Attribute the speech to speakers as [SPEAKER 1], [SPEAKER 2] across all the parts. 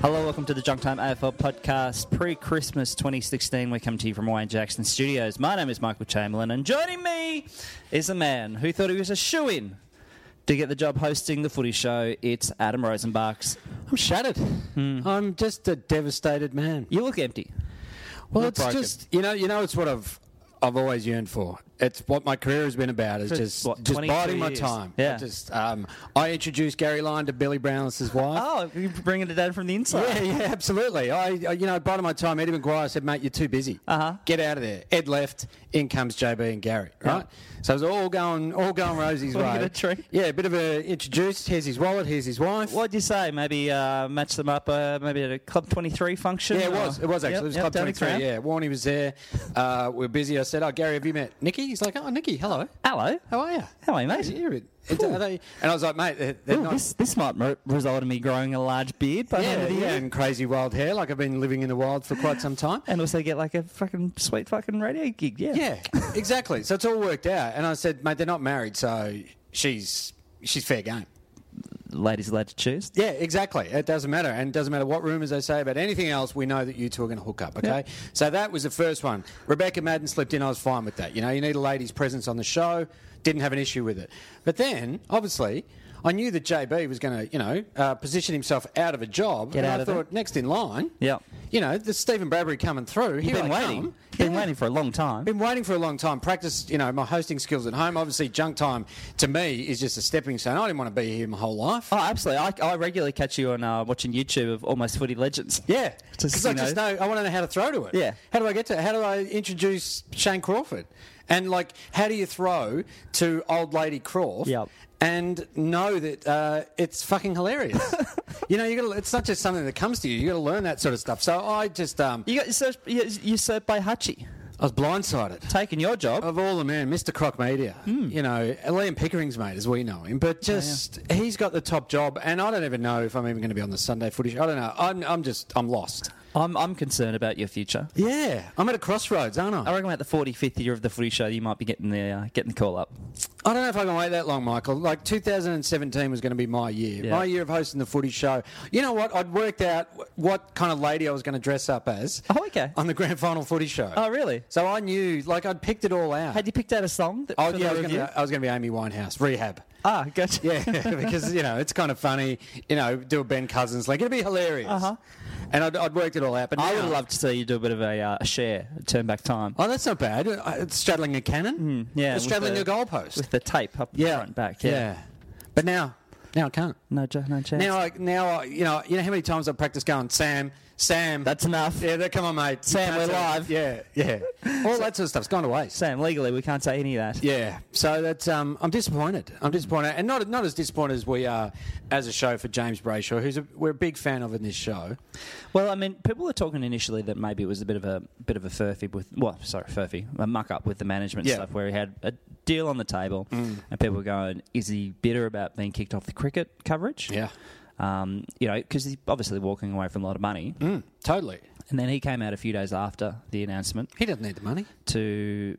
[SPEAKER 1] Hello, welcome to the Junk Time AFL podcast. Pre Christmas 2016, we come to you from Wayne Jackson Studios. My name is Michael Chamberlain, and joining me is a man who thought he was a shoe in to get the job hosting the footy show. It's Adam Rosenbach's.
[SPEAKER 2] I'm shattered. I'm just a devastated man.
[SPEAKER 1] You look empty.
[SPEAKER 2] Well,
[SPEAKER 1] You're
[SPEAKER 2] it's
[SPEAKER 1] broken.
[SPEAKER 2] just you know, you know, it's what I've I've always yearned for. It's what my career has been about. Is
[SPEAKER 1] For,
[SPEAKER 2] just
[SPEAKER 1] what,
[SPEAKER 2] just
[SPEAKER 1] 22
[SPEAKER 2] biding my
[SPEAKER 1] years?
[SPEAKER 2] time.
[SPEAKER 1] Yeah.
[SPEAKER 2] I just um, I introduced Gary Lyon to Billy Brownless's wife.
[SPEAKER 1] Oh, you're bringing it down from the inside.
[SPEAKER 2] Yeah, yeah, absolutely. I, I- you know, bottom of my time, Eddie McGuire said, "Mate, you're too busy. Uh-huh. Get out of there." Ed left. In comes JB and Gary. Right. So it was all going, all going Rosie's
[SPEAKER 1] What
[SPEAKER 2] way.
[SPEAKER 1] a good treat.
[SPEAKER 2] Yeah, a bit of a introduce. Here's his wallet. Here's his wife.
[SPEAKER 1] What'd you say? Maybe uh, match them up, uh, maybe at a Club 23 function?
[SPEAKER 2] Yeah, it was.
[SPEAKER 1] or-
[SPEAKER 2] It was actually.
[SPEAKER 1] Uh, Yep,
[SPEAKER 2] it was
[SPEAKER 1] yep,
[SPEAKER 2] Club
[SPEAKER 1] down the
[SPEAKER 2] 23.
[SPEAKER 1] ground.
[SPEAKER 2] Yeah, Warney was there. Uh, we are busy. I said, "Oh, Gary, have you met Nikki?" He's like, "Oh, Nikki, hello.
[SPEAKER 1] Hello.
[SPEAKER 2] How are you?
[SPEAKER 1] How are you, mate?
[SPEAKER 2] Yeah, it- it's- are they- And I was like, "Mate, they're, they're
[SPEAKER 1] Ooh,
[SPEAKER 2] not."
[SPEAKER 1] this, this might re- result in me growing a large beard by the end
[SPEAKER 2] yeah,
[SPEAKER 1] of the
[SPEAKER 2] yeah,
[SPEAKER 1] year.
[SPEAKER 2] and crazy wild hair. Like I've been living in the wild for quite some time.
[SPEAKER 1] and also get like a fucking sweet fucking radio gig. Yeah.
[SPEAKER 2] Yeah, exactly. So it's all worked out. And I said, "Mate, they're not married, so she's she's fair game."
[SPEAKER 1] Ladies allowed to choose.
[SPEAKER 2] Yeah, exactly. It doesn't matter, and it doesn't matter what rumours they say about anything else. We know that you two are going to hook up. Okay, so that was the first one. Rebecca Madden slipped in. I was fine with that. You know, you need a lady's presence on the show. Didn't have an issue with it. But then, obviously, I knew that JB was going to, you know, uh, position himself out of a job.
[SPEAKER 1] Get
[SPEAKER 2] and
[SPEAKER 1] out
[SPEAKER 2] I
[SPEAKER 1] of
[SPEAKER 2] thought next in line.
[SPEAKER 1] Yep.
[SPEAKER 2] You know, the Stephen Bradbury coming through. Here
[SPEAKER 1] Been
[SPEAKER 2] I
[SPEAKER 1] waiting.
[SPEAKER 2] come.
[SPEAKER 1] Been
[SPEAKER 2] Yeah.
[SPEAKER 1] waiting for a long time.
[SPEAKER 2] Been waiting for a long time. Practice, you know, my hosting skills at home. Obviously, junk time to me is just a stepping stone. I didn't want to be here my whole life.
[SPEAKER 1] Oh, absolutely. I, I regularly catch you on uh, watching YouTube of almost footy legends.
[SPEAKER 2] Yeah,
[SPEAKER 1] Just,
[SPEAKER 2] because I
[SPEAKER 1] you know-
[SPEAKER 2] just know I want to know how to throw to it.
[SPEAKER 1] Yeah.
[SPEAKER 2] how do I get to? How do I introduce Shane Crawford? And like, how do you throw to old lady Crawford?
[SPEAKER 1] Yep.
[SPEAKER 2] And know that uh, it's fucking hilarious. you know, you got to. It's not just something that comes to you. You got to learn that sort of stuff. So I just, um,
[SPEAKER 1] You got usurped, you, usurped by Hutchie,
[SPEAKER 2] I was blindsided.
[SPEAKER 1] taking your job.
[SPEAKER 2] Of all the men, Mr. Croc Media,
[SPEAKER 1] Hmm.
[SPEAKER 2] you know, Liam Pickering's mate, as we know him, but just he's got the top job, and I don't even know if I'm even going to be on the Sunday footage. I don't know. I'm, I'm just, I'm lost.
[SPEAKER 1] I'm, I'm concerned about your future.
[SPEAKER 2] Yeah, I'm at a crossroads, aren't
[SPEAKER 1] I reckon about the 45th year of the footy show, you might be getting the uh, getting the call up.
[SPEAKER 2] I don't know if I can wait that long, Michael. Like 2017 was going to be my year,
[SPEAKER 1] Yeah.
[SPEAKER 2] my year of hosting the footy show. You know what? I'd worked out wh- what kind of lady I was going to dress up as.
[SPEAKER 1] Oh, okay.
[SPEAKER 2] On the grand final footy show.
[SPEAKER 1] Oh, really?
[SPEAKER 2] So I knew, like, I'd picked it all out.
[SPEAKER 1] Had you picked out a song? That,
[SPEAKER 2] oh,
[SPEAKER 1] for
[SPEAKER 2] yeah, I
[SPEAKER 1] the
[SPEAKER 2] was
[SPEAKER 1] review?
[SPEAKER 2] gonna- I was going to be Amy Winehouse, rehab.
[SPEAKER 1] Ah, gotcha.
[SPEAKER 2] Yeah, because you know it's kind of funny. You know, do a Ben Cousins like it'd be hilarious.
[SPEAKER 1] Uh-huh.
[SPEAKER 2] And I'd, I'd worked it all out. But
[SPEAKER 1] I
[SPEAKER 2] now-
[SPEAKER 1] would have loved to see you do a bit of a uh, share, turn back time.
[SPEAKER 2] Oh, that's not bad. Uh, It's straddling a
[SPEAKER 1] Mm,
[SPEAKER 2] cannon.
[SPEAKER 1] yeah,
[SPEAKER 2] It's
[SPEAKER 1] with
[SPEAKER 2] straddling
[SPEAKER 1] the-
[SPEAKER 2] a goalpost.
[SPEAKER 1] With the tape up
[SPEAKER 2] yeah,
[SPEAKER 1] front and back. Yeah.
[SPEAKER 2] But now, now I can't.
[SPEAKER 1] No, jo- no chance.
[SPEAKER 2] Now, I, now, I, you know, you know how many times I practiced going, Sam, Sam.
[SPEAKER 1] That's enough.
[SPEAKER 2] Yeah, that, come on, mate. You
[SPEAKER 1] Sam,
[SPEAKER 2] can't
[SPEAKER 1] we're
[SPEAKER 2] say-
[SPEAKER 1] live.
[SPEAKER 2] Yeah, yeah. All that sort of stuff's gone to waste.
[SPEAKER 1] Sam, legally, we can't say any of that.
[SPEAKER 2] Yeah, so that's um, I'm disappointed. I'm disappointed, and not not as disappointed as we are as a show for James Brayshaw, who's a, we're a big fan of in this show.
[SPEAKER 1] Well, I mean, people were talking initially that maybe it was a bit of a bit of a furphy with well, sorry, furphy, a muck up with the management
[SPEAKER 2] Yeah. Mm.
[SPEAKER 1] stuff where he had a deal on the table, and people were going, "Is he bitter about being kicked off the cricket coverage?"
[SPEAKER 2] Yeah.
[SPEAKER 1] Um, you know, because he's obviously walking away from a lot of money,
[SPEAKER 2] Mm, totally,
[SPEAKER 1] and then he came out a few days after the announcement
[SPEAKER 2] he doesn't need the money.
[SPEAKER 1] to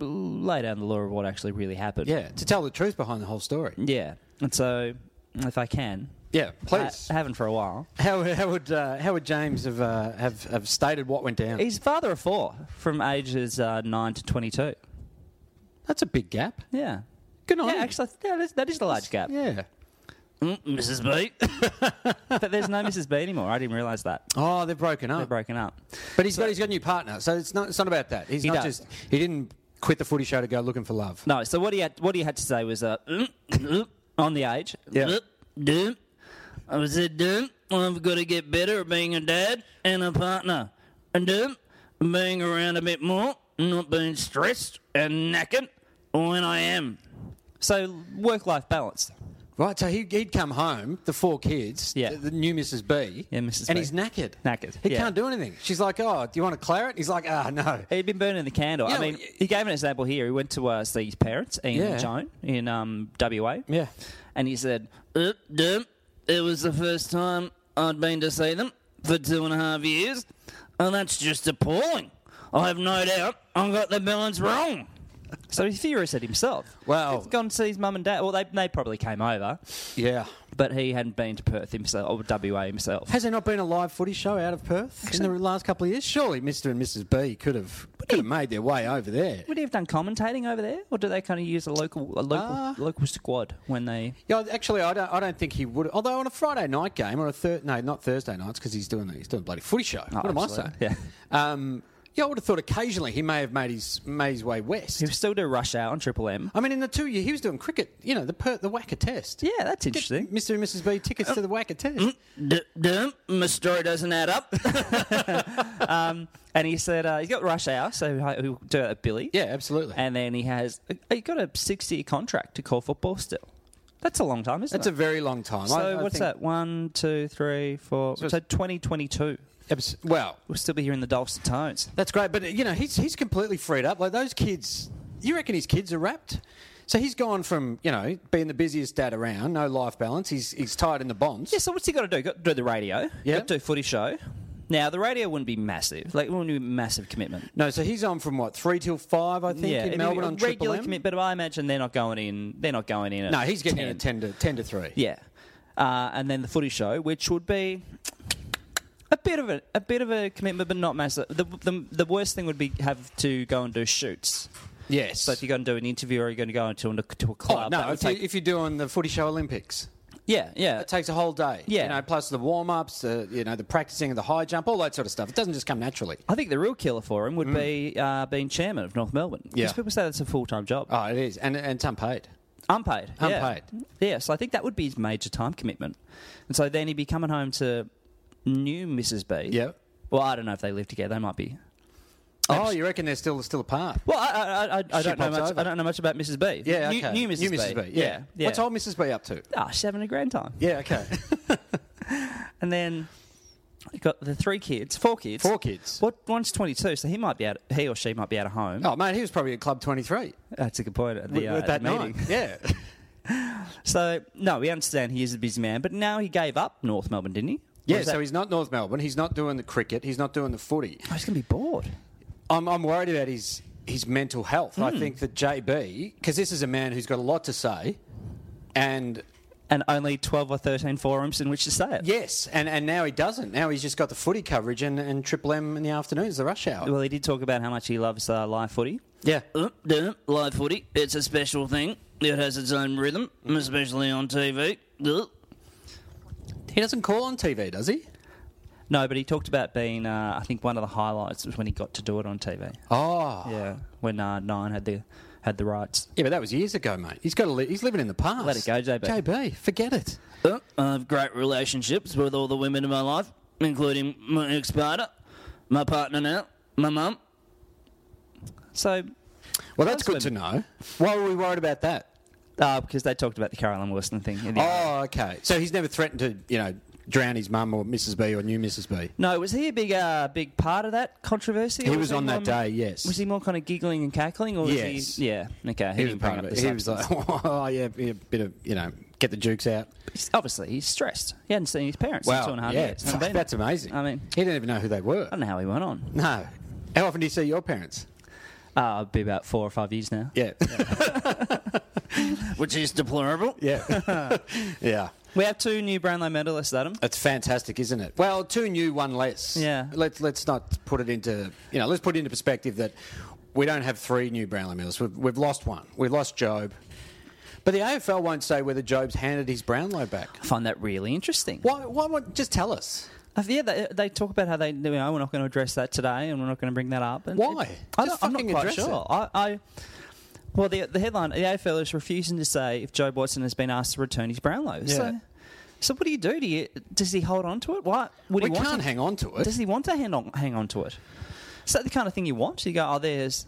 [SPEAKER 1] lay down the law of what actually really happened.
[SPEAKER 2] Yeah, to tell the truth behind the whole story.
[SPEAKER 1] yeah. And so, if I can,
[SPEAKER 2] Yeah, please.
[SPEAKER 1] I haven't for a while.
[SPEAKER 2] how, how would uh, how would James have, uh, have have stated what went down?
[SPEAKER 1] He's father of four from ages uh, nine to twenty-two.
[SPEAKER 2] That's a big gap.
[SPEAKER 1] Yeah.
[SPEAKER 2] Good on
[SPEAKER 1] Yeah,
[SPEAKER 2] him.
[SPEAKER 1] actually, that is, that is the large gap.
[SPEAKER 2] Yeah.
[SPEAKER 1] Mm, Mrs. B. but there's no Mrs. B anymore. I didn't realise that.
[SPEAKER 2] Oh, they've broken
[SPEAKER 1] They're
[SPEAKER 2] up.
[SPEAKER 1] broken up.
[SPEAKER 2] But he's got he's got a new partner, so it's not it's not about that. He's
[SPEAKER 1] He
[SPEAKER 2] not
[SPEAKER 1] does.
[SPEAKER 2] just he didn't quit the footy show to go looking for love.
[SPEAKER 1] No, so what he had, what he had to say was uh, on the age. Mm,
[SPEAKER 2] Yeah.
[SPEAKER 1] I was said, I've got to get better at being a dad and a partner. and um, being around a bit more, not being stressed and knackered when I am. So work life balance.
[SPEAKER 2] Right, so he, he'd come home, the four kids,
[SPEAKER 1] Yeah.
[SPEAKER 2] the, the new Mrs. B,
[SPEAKER 1] Yeah, Mrs.
[SPEAKER 2] and
[SPEAKER 1] B.
[SPEAKER 2] he's knackered.
[SPEAKER 1] Knackered,
[SPEAKER 2] He
[SPEAKER 1] yeah.
[SPEAKER 2] can't do anything. She's like, oh, do you want a claret? He's like, ah, no.
[SPEAKER 1] He'd been burning the candle.
[SPEAKER 2] Yeah,
[SPEAKER 1] I mean,
[SPEAKER 2] well, y-
[SPEAKER 1] he gave an example here. He went to uh, see his parents, Ian
[SPEAKER 2] Yeah.
[SPEAKER 1] and Joan, in um, WA.
[SPEAKER 2] Yeah.
[SPEAKER 1] And he said, "Uh, Dum, it was the first time I'd been to see them for two and a half years, and that's just appalling. I have no doubt I got the balance wrong. So he's furious at himself.
[SPEAKER 2] Well-
[SPEAKER 1] he's gone to see his mum and dad. Well, they, they probably came over,
[SPEAKER 2] Yeah.
[SPEAKER 1] but he hadn't been to Perth himself or WA himself.
[SPEAKER 2] Has there not been a live footy show out of Perth in the last couple of years? Surely Mr. and Mrs. B could have could have made their way over there.
[SPEAKER 1] Would he have done commentating over there, or do they kind of use a local a local
[SPEAKER 2] Uh,
[SPEAKER 1] local squad when they?
[SPEAKER 2] Yeah, actually, I don't. I don't think he would. Although on a Friday night game or a third, no, not Thursday nights because he's doing he's doing a bloody footy show. what am I saying?
[SPEAKER 1] Oh, absolutely.
[SPEAKER 2] Um, yeah, I would have thought occasionally he may have made his made his way west.
[SPEAKER 1] He would still do rush hour on Triple M.
[SPEAKER 2] I mean, in the two year he was doing cricket. You know, the per, the Wacker Test.
[SPEAKER 1] Yeah, that's
[SPEAKER 2] Get
[SPEAKER 1] interesting. Mm.
[SPEAKER 2] Mr. and Mrs. B tickets to the Wacker Test.
[SPEAKER 1] D- d- my story doesn't add up. um, and he said uh, he's got rush hour, so he- he'll do it at Billy.
[SPEAKER 2] Yeah, absolutely.
[SPEAKER 1] And then he has he got a six year contract to call football still. That's a long time, isn't
[SPEAKER 2] that's a
[SPEAKER 1] it?
[SPEAKER 2] very long time.
[SPEAKER 1] so
[SPEAKER 2] I- I
[SPEAKER 1] what's
[SPEAKER 2] think-
[SPEAKER 1] that? One, two, three, four. So,
[SPEAKER 2] it's-
[SPEAKER 1] 2022.
[SPEAKER 2] Abs- Well,
[SPEAKER 1] We'll still be hearing the dulcet tones.
[SPEAKER 2] That's great, but uh, you know he's he's completely freed up. Like those kids, you reckon his kids are wrapped? So he's gone from you know being the busiest dad around, no life balance. He's he's tied in the bonds.
[SPEAKER 1] Yeah, so what's he got to do? Got to do the radio.
[SPEAKER 2] Yeah.
[SPEAKER 1] Got to do footy show. Now the radio wouldn't be massive. Like it wouldn't be a massive commitment.
[SPEAKER 2] No, so he's on from what three till five, I think,
[SPEAKER 1] it'd
[SPEAKER 2] in
[SPEAKER 1] be
[SPEAKER 2] Melbourne
[SPEAKER 1] a
[SPEAKER 2] on Triple
[SPEAKER 1] regular
[SPEAKER 2] M.
[SPEAKER 1] commit, but I imagine they're not going in. They're not going in. At
[SPEAKER 2] no, he's getting in at ten to ten to three.
[SPEAKER 1] Yeah, uh, and then the footy show, which would be a bit of a, a bit of a commitment, but not massive. The, the, the worst thing would be have to go and do shoots.
[SPEAKER 2] Yes.
[SPEAKER 1] So if you're going to do an interview, or you're going to go into a, to a club, that
[SPEAKER 2] oh, no,
[SPEAKER 1] would
[SPEAKER 2] if, you,
[SPEAKER 1] take-
[SPEAKER 2] if you're doing the footy show Olympics,
[SPEAKER 1] yeah, yeah,
[SPEAKER 2] it takes a whole day.
[SPEAKER 1] Yeah.
[SPEAKER 2] You know, plus the warm ups, uh, you know, the practicing of the high jump, all that sort of stuff. It doesn't just come naturally.
[SPEAKER 1] I think the real killer for him would be uh, being chairman of North Melbourne. Because
[SPEAKER 2] Mm. Yeah.
[SPEAKER 1] people say that's a full time job.
[SPEAKER 2] Oh, it is, and and it's unpaid.
[SPEAKER 1] Unpaid. yeah.
[SPEAKER 2] Unpaid.
[SPEAKER 1] Yeah, so I think that would be his major time commitment. And so then he'd be coming home to new Mrs. B.
[SPEAKER 2] Yeah.
[SPEAKER 1] Well, I don't know if they live together. They might be.
[SPEAKER 2] Oh, you reckon they're still still apart?
[SPEAKER 1] Well, I, I, I, I,
[SPEAKER 2] She
[SPEAKER 1] don't know
[SPEAKER 2] pops
[SPEAKER 1] much.
[SPEAKER 2] over.
[SPEAKER 1] I don't know much about Mrs. B.
[SPEAKER 2] Yeah,
[SPEAKER 1] new,
[SPEAKER 2] okay.
[SPEAKER 1] new Mrs.
[SPEAKER 2] New Mrs. B. yeah.
[SPEAKER 1] yeah.
[SPEAKER 2] What's old Mrs. B up to?
[SPEAKER 1] Ah, she's having a grand time.
[SPEAKER 2] Yeah, okay.
[SPEAKER 1] And then you got the three kids, four kids,
[SPEAKER 2] Four kids.
[SPEAKER 1] What? One's twenty-two, so he might be out. He or she might be out of home.
[SPEAKER 2] oh, mate, he was probably at Club 23
[SPEAKER 1] That's a good point. At the,
[SPEAKER 2] with-
[SPEAKER 1] uh,
[SPEAKER 2] with
[SPEAKER 1] at
[SPEAKER 2] that
[SPEAKER 1] the
[SPEAKER 2] night.
[SPEAKER 1] meeting.
[SPEAKER 2] Yeah.
[SPEAKER 1] So no, we understand he is a busy man, but now he gave up North Melbourne, didn't he?
[SPEAKER 2] Yeah, so he's not North Melbourne. He's not doing the cricket. He's not doing the footy.
[SPEAKER 1] Oh, he's going to be bored.
[SPEAKER 2] I'm, I'm worried about his, his mental health.
[SPEAKER 1] Hmm.
[SPEAKER 2] I think that JB, because this is a man who's got a lot to say, and
[SPEAKER 1] and only 12 or 13 forums in which to say it.
[SPEAKER 2] yes, and, and now he doesn't. Now he's just got the footy coverage and, and Triple M in the afternoons, the rush hour.
[SPEAKER 1] Well, he did talk about how much he loves uh, live footy.
[SPEAKER 2] Yeah.
[SPEAKER 1] Uh, Live footy, it's a special thing. It has its own rhythm, especially on TV.
[SPEAKER 2] He doesn't call on TV, does he?
[SPEAKER 1] No, but he talked about being, uh, I think one of the highlights was when he got to do it on TV.
[SPEAKER 2] Oh. Yeah,
[SPEAKER 1] Yeah, when uh, Nine had the had the rights.
[SPEAKER 2] but that was years ago, mate. He's got to li- he's living in the past.
[SPEAKER 1] Let it go, JB.
[SPEAKER 2] JB, forget it.
[SPEAKER 1] I have great relationships with all the women in my life, including my ex partner, my partner now, my mum. So
[SPEAKER 2] Well, that's good to
[SPEAKER 1] Husband.
[SPEAKER 2] know. Why were we worried about that?
[SPEAKER 1] Uh, because they talked about the Carolyn Wilson thing. in the end.
[SPEAKER 2] Oh, okay. So he's never threatened to, you know, drown his mum or Mrs. B or new Mrs. B.
[SPEAKER 1] No, was he a big, uh, big part of that controversy?
[SPEAKER 2] He
[SPEAKER 1] or
[SPEAKER 2] was on
[SPEAKER 1] more-
[SPEAKER 2] that day, yes.
[SPEAKER 1] Was he more kind of giggling and cackling, or was
[SPEAKER 2] Yes.
[SPEAKER 1] he? Yeah, okay.
[SPEAKER 2] He was
[SPEAKER 1] didn't bring
[SPEAKER 2] part
[SPEAKER 1] up
[SPEAKER 2] of it.
[SPEAKER 1] the
[SPEAKER 2] He was like,
[SPEAKER 1] substance.
[SPEAKER 2] oh, yeah, yeah, a bit of, you know, get the jukes out.
[SPEAKER 1] He's- obviously he's stressed. He hadn't seen his parents in two and a half
[SPEAKER 2] yeah,
[SPEAKER 1] years.
[SPEAKER 2] fuck,
[SPEAKER 1] Hadn't been
[SPEAKER 2] that's
[SPEAKER 1] there.
[SPEAKER 2] amazing.
[SPEAKER 1] I mean,
[SPEAKER 2] he didn't even know who they were.
[SPEAKER 1] I don't know how he went on.
[SPEAKER 2] No. How often do you see your parents?
[SPEAKER 1] Uh, it'd be about four or five years now,
[SPEAKER 2] Yeah.
[SPEAKER 1] which is deplorable.
[SPEAKER 2] Yeah. yeah.
[SPEAKER 1] We have two new Brownlow medalists, Adam.
[SPEAKER 2] That's fantastic, isn't it? Well, two new, one less.
[SPEAKER 1] Yeah.
[SPEAKER 2] Let's let's not put it into you know let's put it into perspective that we don't have three new Brownlow medals. We've, we've lost one. We've lost Job, but the AFL won't say whether Job's handed his Brownlow back.
[SPEAKER 1] I find that really interesting.
[SPEAKER 2] Why? Why? won't Just tell us.
[SPEAKER 1] Uh, Yeah, they, they talk about how they, you know, we're not going to address that today and we're not going to bring that up. And
[SPEAKER 2] Why?
[SPEAKER 1] I
[SPEAKER 2] Just
[SPEAKER 1] don't, I'm not
[SPEAKER 2] fucking
[SPEAKER 1] quite
[SPEAKER 2] address
[SPEAKER 1] sure. I, I, well, the, the headline, the AFL is refusing to say if Joe Watson has been asked to return his Brownlow.
[SPEAKER 2] Yeah.
[SPEAKER 1] So So what do you do? Do you does he hold on to it? What would
[SPEAKER 2] We
[SPEAKER 1] he want
[SPEAKER 2] can't
[SPEAKER 1] to,
[SPEAKER 2] hang on to it.
[SPEAKER 1] Does he want to hang on, hang on to it? Is that the kind of thing you want? You go, oh, there's.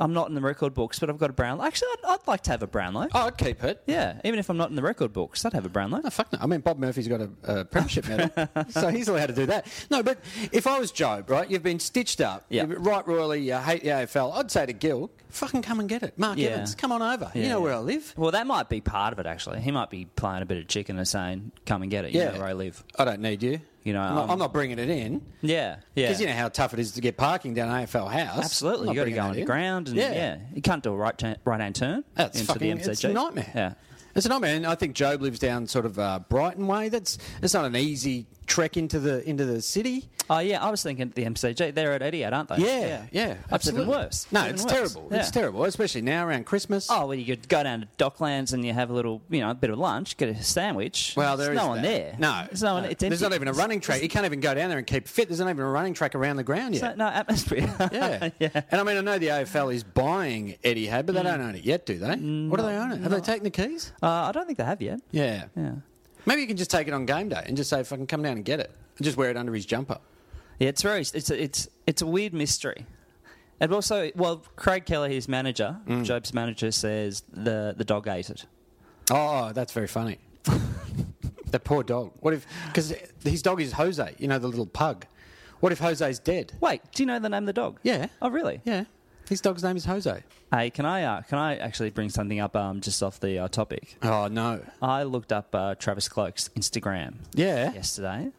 [SPEAKER 1] I'm not in the record books, but I've got a Brownlow. Actually, I'd, I'd like to have a Brownlow.
[SPEAKER 2] Oh, I'd keep it.
[SPEAKER 1] Yeah, even if I'm not in the record books, I'd have a Brownlow.
[SPEAKER 2] No, fuck no. I mean, Bob Murphy's got a, a premiership medal, so he's allowed to do that. No, but if I was Job, right, you've been stitched up,
[SPEAKER 1] Yeah.
[SPEAKER 2] you're right royally, you hate the AFL, I'd say to Gil, fucking come and get it. Mark
[SPEAKER 1] Yeah.
[SPEAKER 2] Evans, come on over.
[SPEAKER 1] Yeah,
[SPEAKER 2] you know
[SPEAKER 1] yeah.
[SPEAKER 2] where I live.
[SPEAKER 1] Well, that might be part of it. Actually, he might be playing a bit of chicken and saying, "Come and get it." You know where I live.
[SPEAKER 2] I don't need you.
[SPEAKER 1] You know,
[SPEAKER 2] I'm, not,
[SPEAKER 1] um,
[SPEAKER 2] I'm not bringing it in.
[SPEAKER 1] Yeah, yeah.
[SPEAKER 2] Because you know how tough it is to get parking down an AFL house.
[SPEAKER 1] Absolutely, you
[SPEAKER 2] I'm
[SPEAKER 1] got to
[SPEAKER 2] not bringing
[SPEAKER 1] go
[SPEAKER 2] that
[SPEAKER 1] on the
[SPEAKER 2] in.
[SPEAKER 1] ground, and yeah. you can't do a right turn, right hand turn
[SPEAKER 2] That's
[SPEAKER 1] into
[SPEAKER 2] fucking,
[SPEAKER 1] the MCG.
[SPEAKER 2] Oh, It's a nightmare.
[SPEAKER 1] Yeah,
[SPEAKER 2] It's a nightmare, and I think Job lives down sort of uh, Brighton way. That's it's not an easy trek into the into the city.
[SPEAKER 1] Oh yeah, I was thinking the MCG. They're at 88, aren't they?
[SPEAKER 2] Yeah, yeah,
[SPEAKER 1] That's even
[SPEAKER 2] absolutely.
[SPEAKER 1] worse.
[SPEAKER 2] No,
[SPEAKER 1] Even
[SPEAKER 2] it's
[SPEAKER 1] worse.
[SPEAKER 2] terrible.
[SPEAKER 1] Yeah.
[SPEAKER 2] It's terrible, especially now around Christmas.
[SPEAKER 1] Oh, well, you could go down to Docklands and you have a little, you know, a bit of lunch, get a sandwich.
[SPEAKER 2] well,
[SPEAKER 1] there's
[SPEAKER 2] there is
[SPEAKER 1] no one
[SPEAKER 2] that.
[SPEAKER 1] there.
[SPEAKER 2] No,
[SPEAKER 1] there's no, one. It's
[SPEAKER 2] there's
[SPEAKER 1] empty.
[SPEAKER 2] not even a running track. You can't even go down there and keep fit. There's not even a running track around the ground
[SPEAKER 1] It's
[SPEAKER 2] yet.
[SPEAKER 1] not- no atmosphere.
[SPEAKER 2] Yeah. And I mean, I know the AFL is buying Eddie Had, but they
[SPEAKER 1] Mm.
[SPEAKER 2] don't own it yet, do they? What do they own it? Have they taken the keys?
[SPEAKER 1] Uh, I don't think they have yet.
[SPEAKER 2] Yeah.
[SPEAKER 1] Yeah.
[SPEAKER 2] Maybe you can just take it on game day and just say, "Fucking come down and get it," and just wear it under his jumper.
[SPEAKER 1] Yeah, it's very it's a, it's it's a weird mystery. And also, well, Craig Kelly, his manager,
[SPEAKER 2] Mm.
[SPEAKER 1] Job's manager, says the the dog ate it.
[SPEAKER 2] Oh, that's very funny. the poor dog. What if? Because his dog is Jose. You know, the little pug. What if Jose's dead?
[SPEAKER 1] Wait, do you know the name of the dog?
[SPEAKER 2] Yeah.
[SPEAKER 1] Oh, really?
[SPEAKER 2] Yeah. His dog's name is Jose.
[SPEAKER 1] Hey, can I uh, can I actually bring something up um, just off the uh, topic?
[SPEAKER 2] Oh no.
[SPEAKER 1] I looked up uh, Travis Cloak's Instagram
[SPEAKER 2] Yeah.
[SPEAKER 1] yesterday,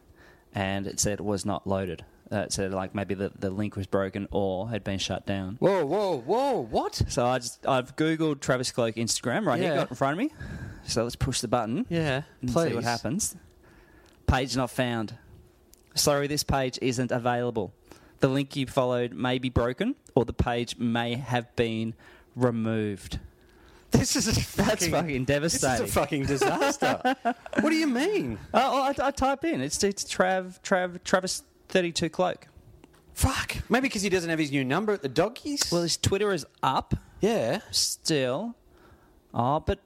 [SPEAKER 1] and it said it was not loaded. Uh, it said like maybe the, the link was broken or had been shut down.
[SPEAKER 2] Whoa, whoa, whoa! What?
[SPEAKER 1] So I just I've googled Travis Cloak Instagram right here,
[SPEAKER 2] Yeah.
[SPEAKER 1] got it in front of me. So let's push the button.
[SPEAKER 2] Yeah.
[SPEAKER 1] and
[SPEAKER 2] Please.
[SPEAKER 1] see what happens. Page not found. Sorry, this page isn't available. The link you followed may be broken, or the page may have been removed.
[SPEAKER 2] This is a fucking,
[SPEAKER 1] That's fucking devastating.
[SPEAKER 2] This is a fucking disaster. what do you mean?
[SPEAKER 1] Oh, oh, I, I type in. It's, it's Trav, Trav, Travis thirty two cloak.
[SPEAKER 2] Fuck. Maybe because he doesn't have his new number at the doggies.
[SPEAKER 1] Well, his Twitter is up
[SPEAKER 2] yeah.
[SPEAKER 1] still. Oh, but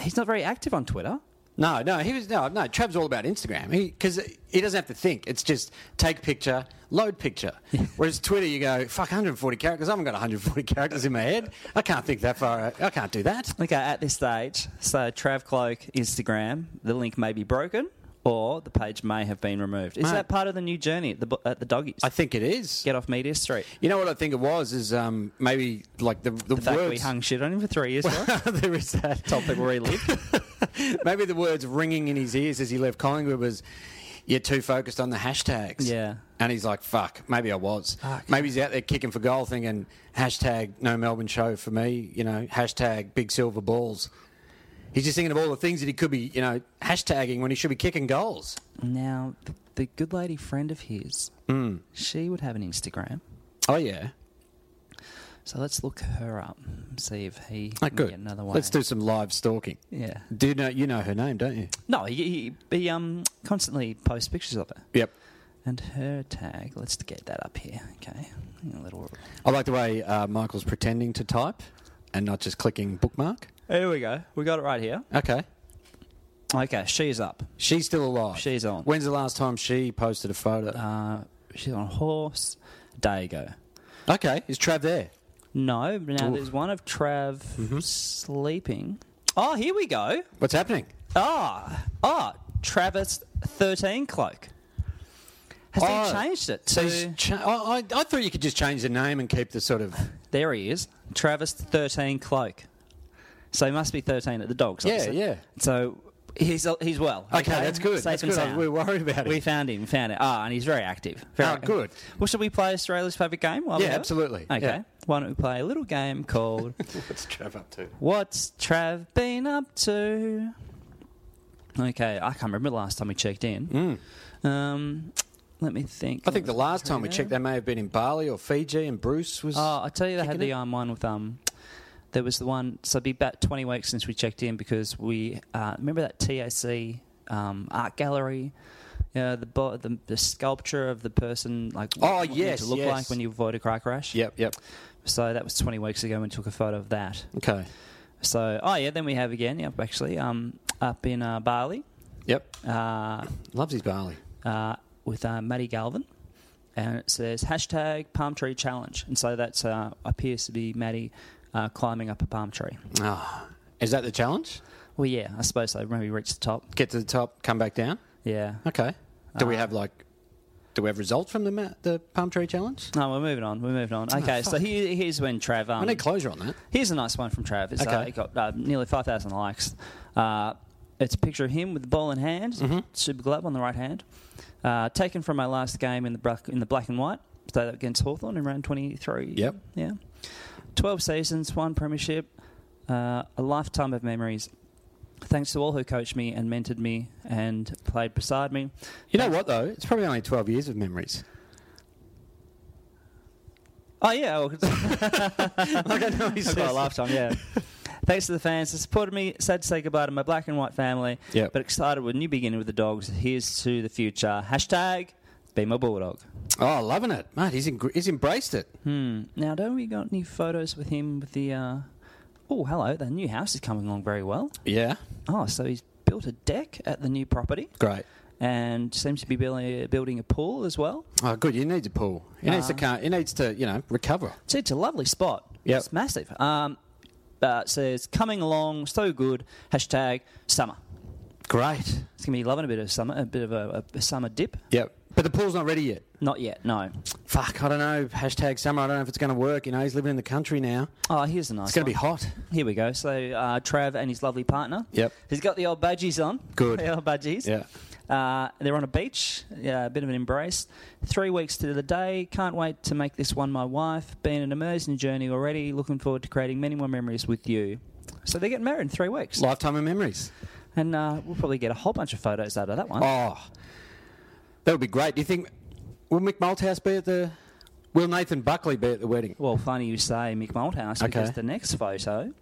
[SPEAKER 1] he's not very active on Twitter.
[SPEAKER 2] No, no, he was no, no. Trav's all about Instagram because he, doesn't have to think. It's just take picture, load picture. Whereas Twitter, you go fuck 140 characters. I haven't got 140 characters in my head. I can't think that far. out. I can't do that.
[SPEAKER 1] Okay, at this stage, so Trav Cloak Instagram, the link may be broken or the page may have been removed. Is
[SPEAKER 2] Mate.
[SPEAKER 1] that part of the new journey at the bo- at the doggies?
[SPEAKER 2] I think it is.
[SPEAKER 1] Get off media street.
[SPEAKER 2] You know what I think it was is um, maybe like the the,
[SPEAKER 1] The fact we
[SPEAKER 2] words.
[SPEAKER 1] hung shit on him for three years. for it.
[SPEAKER 2] there is that.
[SPEAKER 1] Told people where he lived.
[SPEAKER 2] Maybe the words ringing in his ears as he left Collingwood was, "You're too focused on the hashtags."
[SPEAKER 1] Yeah.
[SPEAKER 2] And he's like, "Fuck, maybe I was. Maybe he's out there kicking for goal, thinking hashtag No Melbourne Show for me. You know, hashtag Big Silver Balls." He's just thinking of all the things that he could be, you know, hashtagging when he should be kicking goals.
[SPEAKER 1] Now, the, the good lady friend of his,
[SPEAKER 2] Hmm.
[SPEAKER 1] she would have an Instagram.
[SPEAKER 2] Oh yeah,
[SPEAKER 1] So let's look her up and see if he
[SPEAKER 2] oh,
[SPEAKER 1] can
[SPEAKER 2] good.
[SPEAKER 1] get another way.
[SPEAKER 2] Let's do some live stalking.
[SPEAKER 1] Yeah.
[SPEAKER 2] Do you know you know her name, don't you?
[SPEAKER 1] No, he, he, he um constantly posts pictures of her.
[SPEAKER 2] Yep.
[SPEAKER 1] And her tag, let's get that up here, okay? A little.
[SPEAKER 2] I like the way uh, Michael's pretending to type and not just clicking bookmark.
[SPEAKER 1] Here we go. We got it right here.
[SPEAKER 2] Okay.
[SPEAKER 1] Okay, she's up.
[SPEAKER 2] She's still alive.
[SPEAKER 1] She's on.
[SPEAKER 2] When's the last time she posted a photo?
[SPEAKER 1] Uh, she's on a horse. Day ago.
[SPEAKER 2] okay, is Trav there?
[SPEAKER 1] No, but now there's one of Trav
[SPEAKER 2] Mm-hmm.
[SPEAKER 1] sleeping. Oh, here we go.
[SPEAKER 2] What's happening?
[SPEAKER 1] Ah, ah, Travis 13 cloak. Has
[SPEAKER 2] Oh,
[SPEAKER 1] he changed it
[SPEAKER 2] So
[SPEAKER 1] to.
[SPEAKER 2] he's cha- I, I, I thought you could just change the name and keep the sort of
[SPEAKER 1] There he is, Travis thirteen cloak. So he must be thirteen at the dogs.
[SPEAKER 2] Yeah,
[SPEAKER 1] obviously.
[SPEAKER 2] yeah.
[SPEAKER 1] So he's he's well.
[SPEAKER 2] Okay, that's good,
[SPEAKER 1] Safe
[SPEAKER 2] that's
[SPEAKER 1] and
[SPEAKER 2] good.
[SPEAKER 1] sound.
[SPEAKER 2] We were worried about him.
[SPEAKER 1] We found him. Found it. Ah, and he's very active. Very
[SPEAKER 2] Oh, good.
[SPEAKER 1] Well, should we play Australia's favourite game? while we
[SPEAKER 2] Yeah,
[SPEAKER 1] have it?
[SPEAKER 2] absolutely,
[SPEAKER 1] Okay.
[SPEAKER 2] yeah.
[SPEAKER 1] Why don't we play a little game called
[SPEAKER 2] what's Trav up to?
[SPEAKER 1] "What's Trav been up to?" Okay, I can't remember the last time we checked in. Um, let me think.
[SPEAKER 2] Mm. I think the last time we checked, they may have been in Bali or Fiji, and Bruce was.
[SPEAKER 1] Oh, I tell you, they had
[SPEAKER 2] Kicking
[SPEAKER 1] the
[SPEAKER 2] it?
[SPEAKER 1] um, one with um. There was the one. So it'd be about twenty weeks since we checked in because we uh, remember that TAC um, art gallery. Yeah, the, bo- the the sculpture of the person like
[SPEAKER 2] Oh,
[SPEAKER 1] what you want them
[SPEAKER 2] yes,
[SPEAKER 1] to look
[SPEAKER 2] yes.
[SPEAKER 1] like when you avoid a car crash.
[SPEAKER 2] yep, yep.
[SPEAKER 1] So that was twenty weeks ago and took a photo of that.
[SPEAKER 2] Okay.
[SPEAKER 1] So oh yeah, then we have again. Yep, actually, um, up in uh, Bali.
[SPEAKER 2] Yep.
[SPEAKER 1] uh,
[SPEAKER 2] Loves his barley.
[SPEAKER 1] uh, with uh, Maddie Galvin. And it says hashtag palm tree challenge. And so that uh, appears to be Maddie uh, climbing up a palm tree.
[SPEAKER 2] Ah, Is that the challenge?
[SPEAKER 1] Well, yeah, I suppose so. Maybe reach the top.
[SPEAKER 2] Get to the top, come back down?
[SPEAKER 1] Yeah.
[SPEAKER 2] Okay. Do
[SPEAKER 1] Uh.
[SPEAKER 2] we have like, do we have results from the ma- the palm tree challenge?
[SPEAKER 1] No, we're moving on. We're moving on.
[SPEAKER 2] Oh,
[SPEAKER 1] Okay, so here, here's when Trav. Um,
[SPEAKER 2] I need closure on that.
[SPEAKER 1] Here's a nice one from Trav. It's, uh,
[SPEAKER 2] Okay.
[SPEAKER 1] it got uh, nearly 5,000 likes. Uh, it's a picture of him with the ball in hand,
[SPEAKER 2] Mm-hmm.
[SPEAKER 1] super glove on the right hand, uh, taken from my last game in the, black, in the black and white, so against Hawthorn in round 23.
[SPEAKER 2] Yep.
[SPEAKER 1] Yeah. 12 seasons, one premiership, uh, a lifetime of memories. Thanks to all who coached me and mentored me and played beside me.
[SPEAKER 2] You know what though? It's probably only twelve years of memories.
[SPEAKER 1] Oh, yeah. well,
[SPEAKER 2] like I know
[SPEAKER 1] I've got
[SPEAKER 2] he
[SPEAKER 1] a
[SPEAKER 2] says-
[SPEAKER 1] lifetime, yeah. Thanks to the fans that supported me. Sad to say goodbye to my black and white family,
[SPEAKER 2] Yep.
[SPEAKER 1] but excited with new beginning with the dogs. Here's to the future. Hashtag be my bulldog.
[SPEAKER 2] Oh, loving it, mate. He's en- he's embraced it.
[SPEAKER 1] Hmm. Now, don't we got any photos with him with the? Uh... Oh, hello. The new house is coming along very well.
[SPEAKER 2] Yeah,
[SPEAKER 1] Oh, so he's built a deck at the new property,
[SPEAKER 2] great.
[SPEAKER 1] and seems to be building building a pool as well.
[SPEAKER 2] Oh, good. You need to pull. He needs to. ca- He needs to. You know, recover.
[SPEAKER 1] So it's a lovely spot.
[SPEAKER 2] Yep.
[SPEAKER 1] It's massive. Um, uh, it says coming along so good. Hashtag summer.
[SPEAKER 2] Great.
[SPEAKER 1] It's gonna be loving a bit of summer, a bit of a, a summer dip.
[SPEAKER 2] Yep. But the pool's not ready yet.
[SPEAKER 1] Not yet, no.
[SPEAKER 2] Fuck. I don't know. Hashtag summer. I don't know if it's going to work. You know, he's living in the country now.
[SPEAKER 1] Oh, here's a nice.
[SPEAKER 2] It's going to be hot.
[SPEAKER 1] be. Here we go. So uh, Trav and his lovely partner.
[SPEAKER 2] Yep.
[SPEAKER 1] He's got the old budgies on.
[SPEAKER 2] Good.
[SPEAKER 1] The old budgies.
[SPEAKER 2] Yeah.
[SPEAKER 1] Uh, they're on a beach. Yeah, a bit of an embrace. Three weeks to the day. Can't wait to make this one my wife. Been an amazing journey already. Looking forward to creating many more memories with you. So they're getting married in three weeks,
[SPEAKER 2] Lifetime of memories.
[SPEAKER 1] and uh, we'll probably get a whole bunch of photos out of that one.
[SPEAKER 2] Oh, that would be great. Do you think will Mick Malthouse be at the? Will Nathan Buckley be at the wedding?
[SPEAKER 1] Well, funny you say Mick Malthouse because
[SPEAKER 2] Okay.
[SPEAKER 1] the next photo,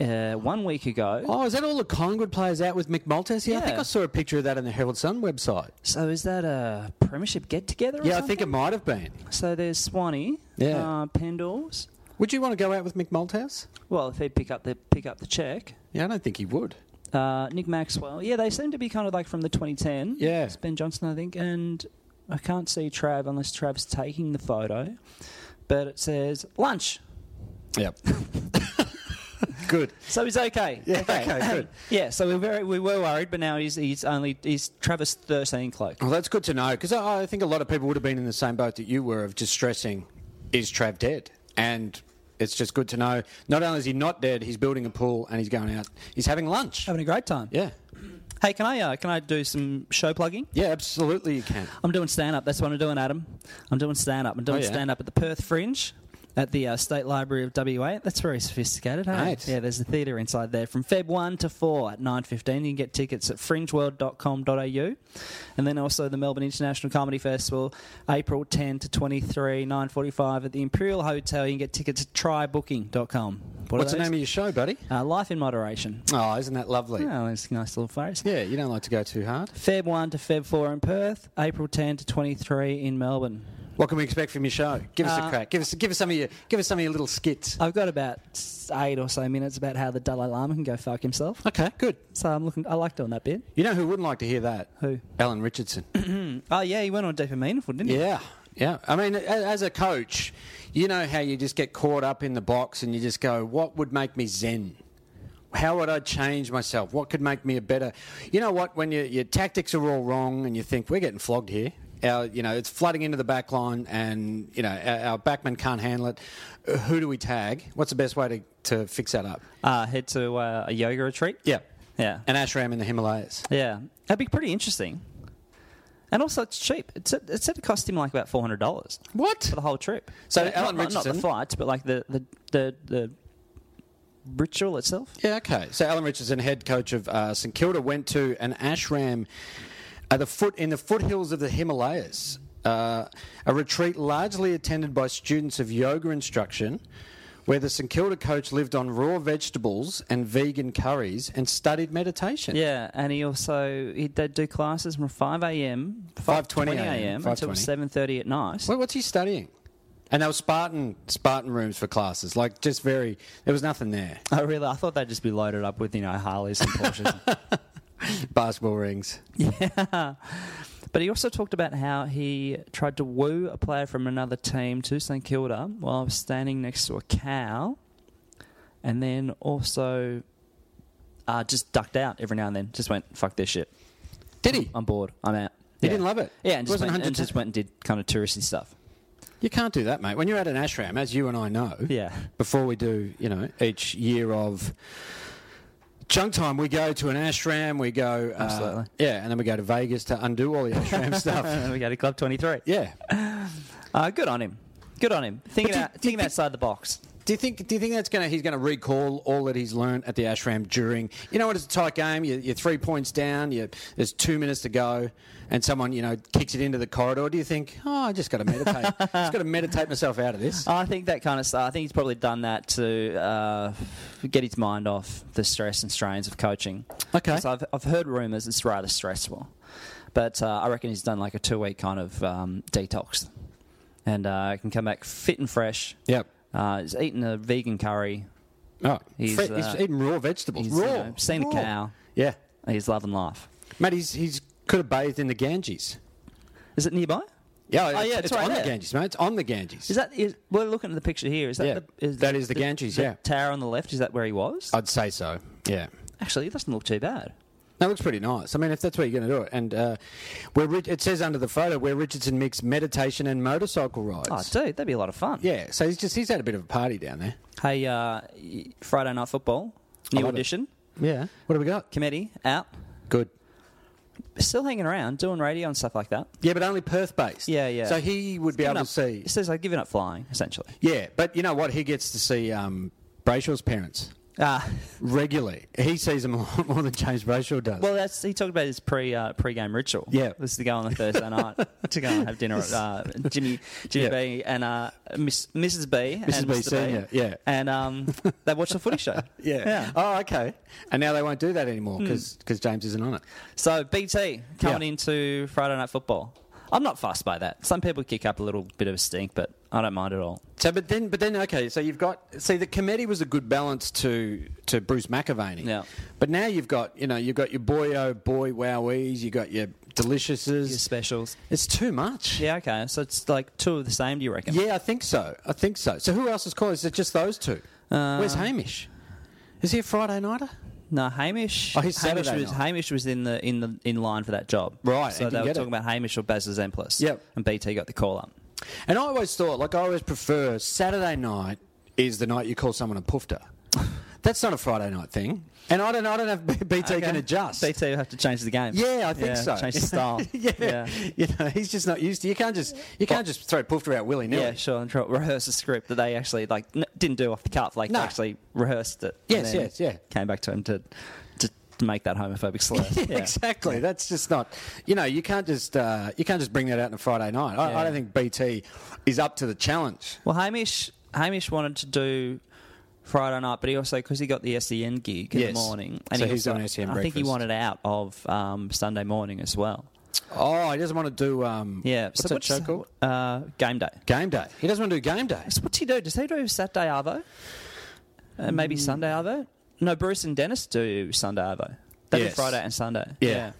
[SPEAKER 1] uh, one week ago.
[SPEAKER 2] Oh, is that all the Collingwood players out with Mick Malthouse? Yeah, I think
[SPEAKER 1] Yeah.
[SPEAKER 2] I saw a picture of that on the Herald Sun website.
[SPEAKER 1] So is that a premiership get together?
[SPEAKER 2] Yeah, I think it might have been.
[SPEAKER 1] So there's Swanee,
[SPEAKER 2] Yeah.
[SPEAKER 1] uh, Pendles.
[SPEAKER 2] Would you want to go out with Mick Malthouse?
[SPEAKER 1] Well, if they pick up the pick up the check,
[SPEAKER 2] Yeah, I don't think he would.
[SPEAKER 1] uh, Nick Maxwell. Yeah, they seem to be kind of like from the 2010.
[SPEAKER 2] Yeah.
[SPEAKER 1] it's Ben Johnson, I think, and I can't see Trav unless Trav's taking the photo. But it says lunch,
[SPEAKER 2] Yep. Good.
[SPEAKER 1] so he's okay.
[SPEAKER 2] Yeah, okay, good.
[SPEAKER 1] Yeah, so we're very we were worried, but now he's he's only he's Travis 13 cloak.
[SPEAKER 2] Well, that's good to know because I, I think a lot of people would have been in the same boat that you were of just stressing, is Trav dead? And it's just good to know. Not only is he not dead, he's building a pool and he's going out. He's having lunch.
[SPEAKER 1] Having a great time.
[SPEAKER 2] Yeah.
[SPEAKER 1] Hey, can I uh, can I do some show plugging?
[SPEAKER 2] Yeah, absolutely you can.
[SPEAKER 1] I'm doing stand up. That's what I'm doing, Adam. I'm doing stand up. I'm doing
[SPEAKER 2] Oh, yeah.
[SPEAKER 1] stand up at the Perth Fringe. At the uh, State Library of WA, that's very sophisticated. Hey?
[SPEAKER 2] Right.
[SPEAKER 1] Yeah, there's a theatre inside there from Feb one to four at nine fifteen. You can get tickets at fringeworld.com.au, and then also the Melbourne International Comedy Festival, April ten to twenty three, nine forty five at the Imperial Hotel. You can get tickets at trybooking.com. What are
[SPEAKER 2] What's the
[SPEAKER 1] those?
[SPEAKER 2] name of your show, buddy?
[SPEAKER 1] Uh, Life in Moderation.
[SPEAKER 2] Oh, isn't that lovely?
[SPEAKER 1] Oh, that's a nice little phrase.
[SPEAKER 2] Yeah, you don't like to go too hard.
[SPEAKER 1] Feb 1 to Feb 4 in Perth, April 10 to 23 in Melbourne.
[SPEAKER 2] What can we expect from your show? Give us
[SPEAKER 1] Uh,
[SPEAKER 2] a crack. Give us give us some of your give us some of your little skits.
[SPEAKER 1] I've got about s- eight or so minutes about how the Dalai Lama can go fuck himself.
[SPEAKER 2] Okay, good.
[SPEAKER 1] So I'm looking. I like doing that bit.
[SPEAKER 2] You know who wouldn't like to hear that?
[SPEAKER 1] Who?
[SPEAKER 2] Alan Richardson.
[SPEAKER 1] Oh yeah, he went on deep and meaningful, didn't he?
[SPEAKER 2] yeah, yeah. I mean, a- as a coach, you know how you just get caught up in the box and you just go, "What would make me zen? How would I change myself? What could make me a better?" You know what? When your your tactics are all wrong and you think we're getting flogged here. Our, you know, it's flooding into the back line, and you know our, our backman can't handle it. Uh, Who do we tag? What's the best way to, to fix that up?
[SPEAKER 1] Uh, head to uh, a yoga retreat.
[SPEAKER 2] Yeah,
[SPEAKER 1] Yeah.
[SPEAKER 2] An ashram in the Himalayas.
[SPEAKER 1] Yeah. That'd be pretty interesting. And also, it's cheap. It's it said it cost him like about four hundred dollars
[SPEAKER 2] What?
[SPEAKER 1] for the whole trip.
[SPEAKER 2] So
[SPEAKER 1] Not-
[SPEAKER 2] Alan
[SPEAKER 1] not, not the
[SPEAKER 2] Richardson-
[SPEAKER 1] flights, but like the the the, the ritual itself.
[SPEAKER 2] Yeah, okay. So Alan Richardson, head coach of uh, St Kilda, went to an ashram at the foot in the foothills of the Himalayas, uh, a retreat largely attended by students of yoga instruction. Where the St Kilda coach lived on raw vegetables and vegan curries and studied meditation.
[SPEAKER 1] Yeah, and he also he did do classes from five a.m.
[SPEAKER 2] 5:20
[SPEAKER 1] a.m. until
[SPEAKER 2] 5:20.
[SPEAKER 1] seven thirty at night.
[SPEAKER 2] What- what's he studying? And there were Spartan Spartan rooms for classes, like just very. There was nothing there.
[SPEAKER 1] Oh, I really, I thought they'd just be loaded up with you know Harleys and Porsches.
[SPEAKER 2] Basketball rings.
[SPEAKER 1] Yeah. But he also talked about how he tried to woo a player from another team to St Kilda while standing next to a cow, and then also uh, just ducked out every now and then. Just went, fuck this shit.
[SPEAKER 2] Did he?
[SPEAKER 1] I'm bored. I'm out.
[SPEAKER 2] He didn't love it.
[SPEAKER 1] Yeah, and just,
[SPEAKER 2] Wasn't
[SPEAKER 1] went, and
[SPEAKER 2] 110.
[SPEAKER 1] just went and did kind of touristy stuff.
[SPEAKER 2] You can't do that, mate. When you're at an ashram, as you and I know,
[SPEAKER 1] Yeah.
[SPEAKER 2] before we do, you know, each year of chunk time, we go to an ashram, we go. uh,
[SPEAKER 1] Absolutely.
[SPEAKER 2] Yeah, and then we go to Vegas to undo all the ashram stuff.
[SPEAKER 1] we go to Club 23.
[SPEAKER 2] Yeah.
[SPEAKER 1] Uh, good on him. Good on him. Thinking,
[SPEAKER 2] But do-
[SPEAKER 1] out,
[SPEAKER 2] do you
[SPEAKER 1] thinking
[SPEAKER 2] think-
[SPEAKER 1] outside the box.
[SPEAKER 2] Do you think? Do you think that's gonna? He's gonna recall all that he's learned at the ashram during. You know, when it's a tight game, you're, you're three points down. You, there's two minutes to go, and someone you know kicks it into the corridor. Do you think? Oh, I just got to meditate. just got to meditate myself out of this.
[SPEAKER 1] I think that kind of stuff. I think he's probably done that to uh, get his mind off the stress and strains of coaching.
[SPEAKER 2] Okay.
[SPEAKER 1] 'Cause I've, I've heard rumours it's rather stressful, but uh, I reckon he's done like a two week kind of um, detox, and uh, can come back fit and fresh.
[SPEAKER 2] Yep.
[SPEAKER 1] Uh, he's eaten a vegan curry.
[SPEAKER 2] Oh,
[SPEAKER 1] He's,
[SPEAKER 2] he's,
[SPEAKER 1] uh,
[SPEAKER 2] he's eating raw vegetables.
[SPEAKER 1] He's
[SPEAKER 2] raw.
[SPEAKER 1] you know, seen
[SPEAKER 2] raw.
[SPEAKER 1] a cow.
[SPEAKER 2] Yeah,
[SPEAKER 1] He's loving life.
[SPEAKER 2] mate. He's he's could have bathed in the Ganges.
[SPEAKER 1] Is it nearby?
[SPEAKER 2] Yeah,
[SPEAKER 1] Oh, yeah, it's right
[SPEAKER 2] on
[SPEAKER 1] there.
[SPEAKER 2] the Ganges, mate. It's on the Ganges.
[SPEAKER 1] Is that? Is, we're looking at the picture here. Is that?
[SPEAKER 2] Yeah,
[SPEAKER 1] the, is
[SPEAKER 2] that is the Ganges, yeah.
[SPEAKER 1] tower on the left. Is that where he was?
[SPEAKER 2] I'd say so. Yeah.
[SPEAKER 1] Actually, it doesn't look too bad.
[SPEAKER 2] That looks pretty nice. I mean, if that's where you're going to do it, and uh, where Rich- it says under the photo where Richardson mixed meditation and motorcycle rides.
[SPEAKER 1] Oh, dude, that'd be a lot of fun.
[SPEAKER 2] yeah, so he's just he's had a bit of a party down there.
[SPEAKER 1] Hey, uh, y- Friday Night Football,
[SPEAKER 2] I
[SPEAKER 1] new
[SPEAKER 2] love it.
[SPEAKER 1] audition,
[SPEAKER 2] Yeah, what have we got?
[SPEAKER 1] committee out,
[SPEAKER 2] Good.
[SPEAKER 1] still hanging around, doing radio and stuff like that.
[SPEAKER 2] Yeah, but only Perth based.
[SPEAKER 1] Yeah, yeah.
[SPEAKER 2] So he would be
[SPEAKER 1] Giving
[SPEAKER 2] able
[SPEAKER 1] up-
[SPEAKER 2] to see.
[SPEAKER 1] It says like giving up flying, essentially.
[SPEAKER 2] Yeah, but you know what? He gets to see um, Brayshaw's parents
[SPEAKER 1] Ah,
[SPEAKER 2] regularly. He sees them a lot more than James Brayshaw does.
[SPEAKER 1] well, that's he talked about his pre uh, pre game ritual.
[SPEAKER 2] Yeah.
[SPEAKER 1] this is to go on the Thursday night to go and have dinner at uh, Jimmy Jimmy
[SPEAKER 2] Yeah.
[SPEAKER 1] B and uh, Miss, Mrs B,
[SPEAKER 2] Mrs.
[SPEAKER 1] and
[SPEAKER 2] B
[SPEAKER 1] Mr.
[SPEAKER 2] Senior, yeah.
[SPEAKER 1] and um, they watch the footy show.
[SPEAKER 2] yeah. Oh, okay. And now they won't do that anymore because James isn't on it.
[SPEAKER 1] So BT coming
[SPEAKER 2] Yeah.
[SPEAKER 1] into Friday Night Football. I'm not fussed by that. Some people kick up a little bit of a stink, but I don't mind at all.
[SPEAKER 2] So, but then, but then, okay. So you've got see the committee was a good balance to to Bruce McAvaney.
[SPEAKER 1] Yeah.
[SPEAKER 2] But now you've got you know you've got your boyo boy wowies, you got your deliciouses.
[SPEAKER 1] Your specials.
[SPEAKER 2] It's too much.
[SPEAKER 1] Yeah, okay. So it's like two of the same, do you reckon?
[SPEAKER 2] Yeah, I think so. I think so. So who else is calling? Is it just those two? Where's Hamish? Is he a Friday nighter?
[SPEAKER 1] No, Hamish.
[SPEAKER 2] Oh, he's
[SPEAKER 1] Hamish
[SPEAKER 2] Saturday
[SPEAKER 1] was
[SPEAKER 2] night.
[SPEAKER 1] Hamish was in the in the in line for that job.
[SPEAKER 2] Right,
[SPEAKER 1] So
[SPEAKER 2] and
[SPEAKER 1] they
[SPEAKER 2] didn't
[SPEAKER 1] were
[SPEAKER 2] get
[SPEAKER 1] talking
[SPEAKER 2] it.
[SPEAKER 1] about Hamish or Baz Zemplis.
[SPEAKER 2] Yep.
[SPEAKER 1] And BT got the call up.
[SPEAKER 2] And I always thought, like I always prefer Saturday night is the night you call someone a poofter. That's not a Friday night thing. And I don't, I don't have BT can adjust.
[SPEAKER 1] BT will have to change the game.
[SPEAKER 2] Yeah, I think so.
[SPEAKER 1] Change the style.
[SPEAKER 2] yeah.
[SPEAKER 1] yeah.
[SPEAKER 2] you know, he's just not used to. You can't just you can't just throw Poofter out willy nilly.
[SPEAKER 1] Yeah, sure. And try, rehearse a script that they actually like n- didn't do off the cuff. Like
[SPEAKER 2] No.
[SPEAKER 1] they actually rehearsed it. and
[SPEAKER 2] Yes,
[SPEAKER 1] then
[SPEAKER 2] yes, yeah.
[SPEAKER 1] Came back to him to to, to make that homophobic slur. Yeah.
[SPEAKER 2] Exactly. That's just not. You know, you can't just uh, you can't just bring that out on a Friday night. I,
[SPEAKER 1] Yeah.
[SPEAKER 2] I don't think BT is up to the challenge.
[SPEAKER 1] Well, Hamish Hamish wanted to do Friday night, but he also because he got the SEN gig in the
[SPEAKER 2] Yes.
[SPEAKER 1] morning,
[SPEAKER 2] So
[SPEAKER 1] he
[SPEAKER 2] he's
[SPEAKER 1] also-
[SPEAKER 2] on SEN
[SPEAKER 1] I think he
[SPEAKER 2] E breakfast.
[SPEAKER 1] wanted out of um, Sunday morning as well.
[SPEAKER 2] Oh, he doesn't want to do. Um,
[SPEAKER 1] Yeah,
[SPEAKER 2] What's that show called?
[SPEAKER 1] Uh, game day.
[SPEAKER 2] Game day. He doesn't want to do game day.
[SPEAKER 1] So what's he do? Does he do Saturday Arvo? And maybe
[SPEAKER 2] Mm.
[SPEAKER 1] Sunday Arvo? No, Bruce and Dennis do Sunday Arvo. They do
[SPEAKER 2] Yes.
[SPEAKER 1] Friday and Sunday.
[SPEAKER 2] Yeah.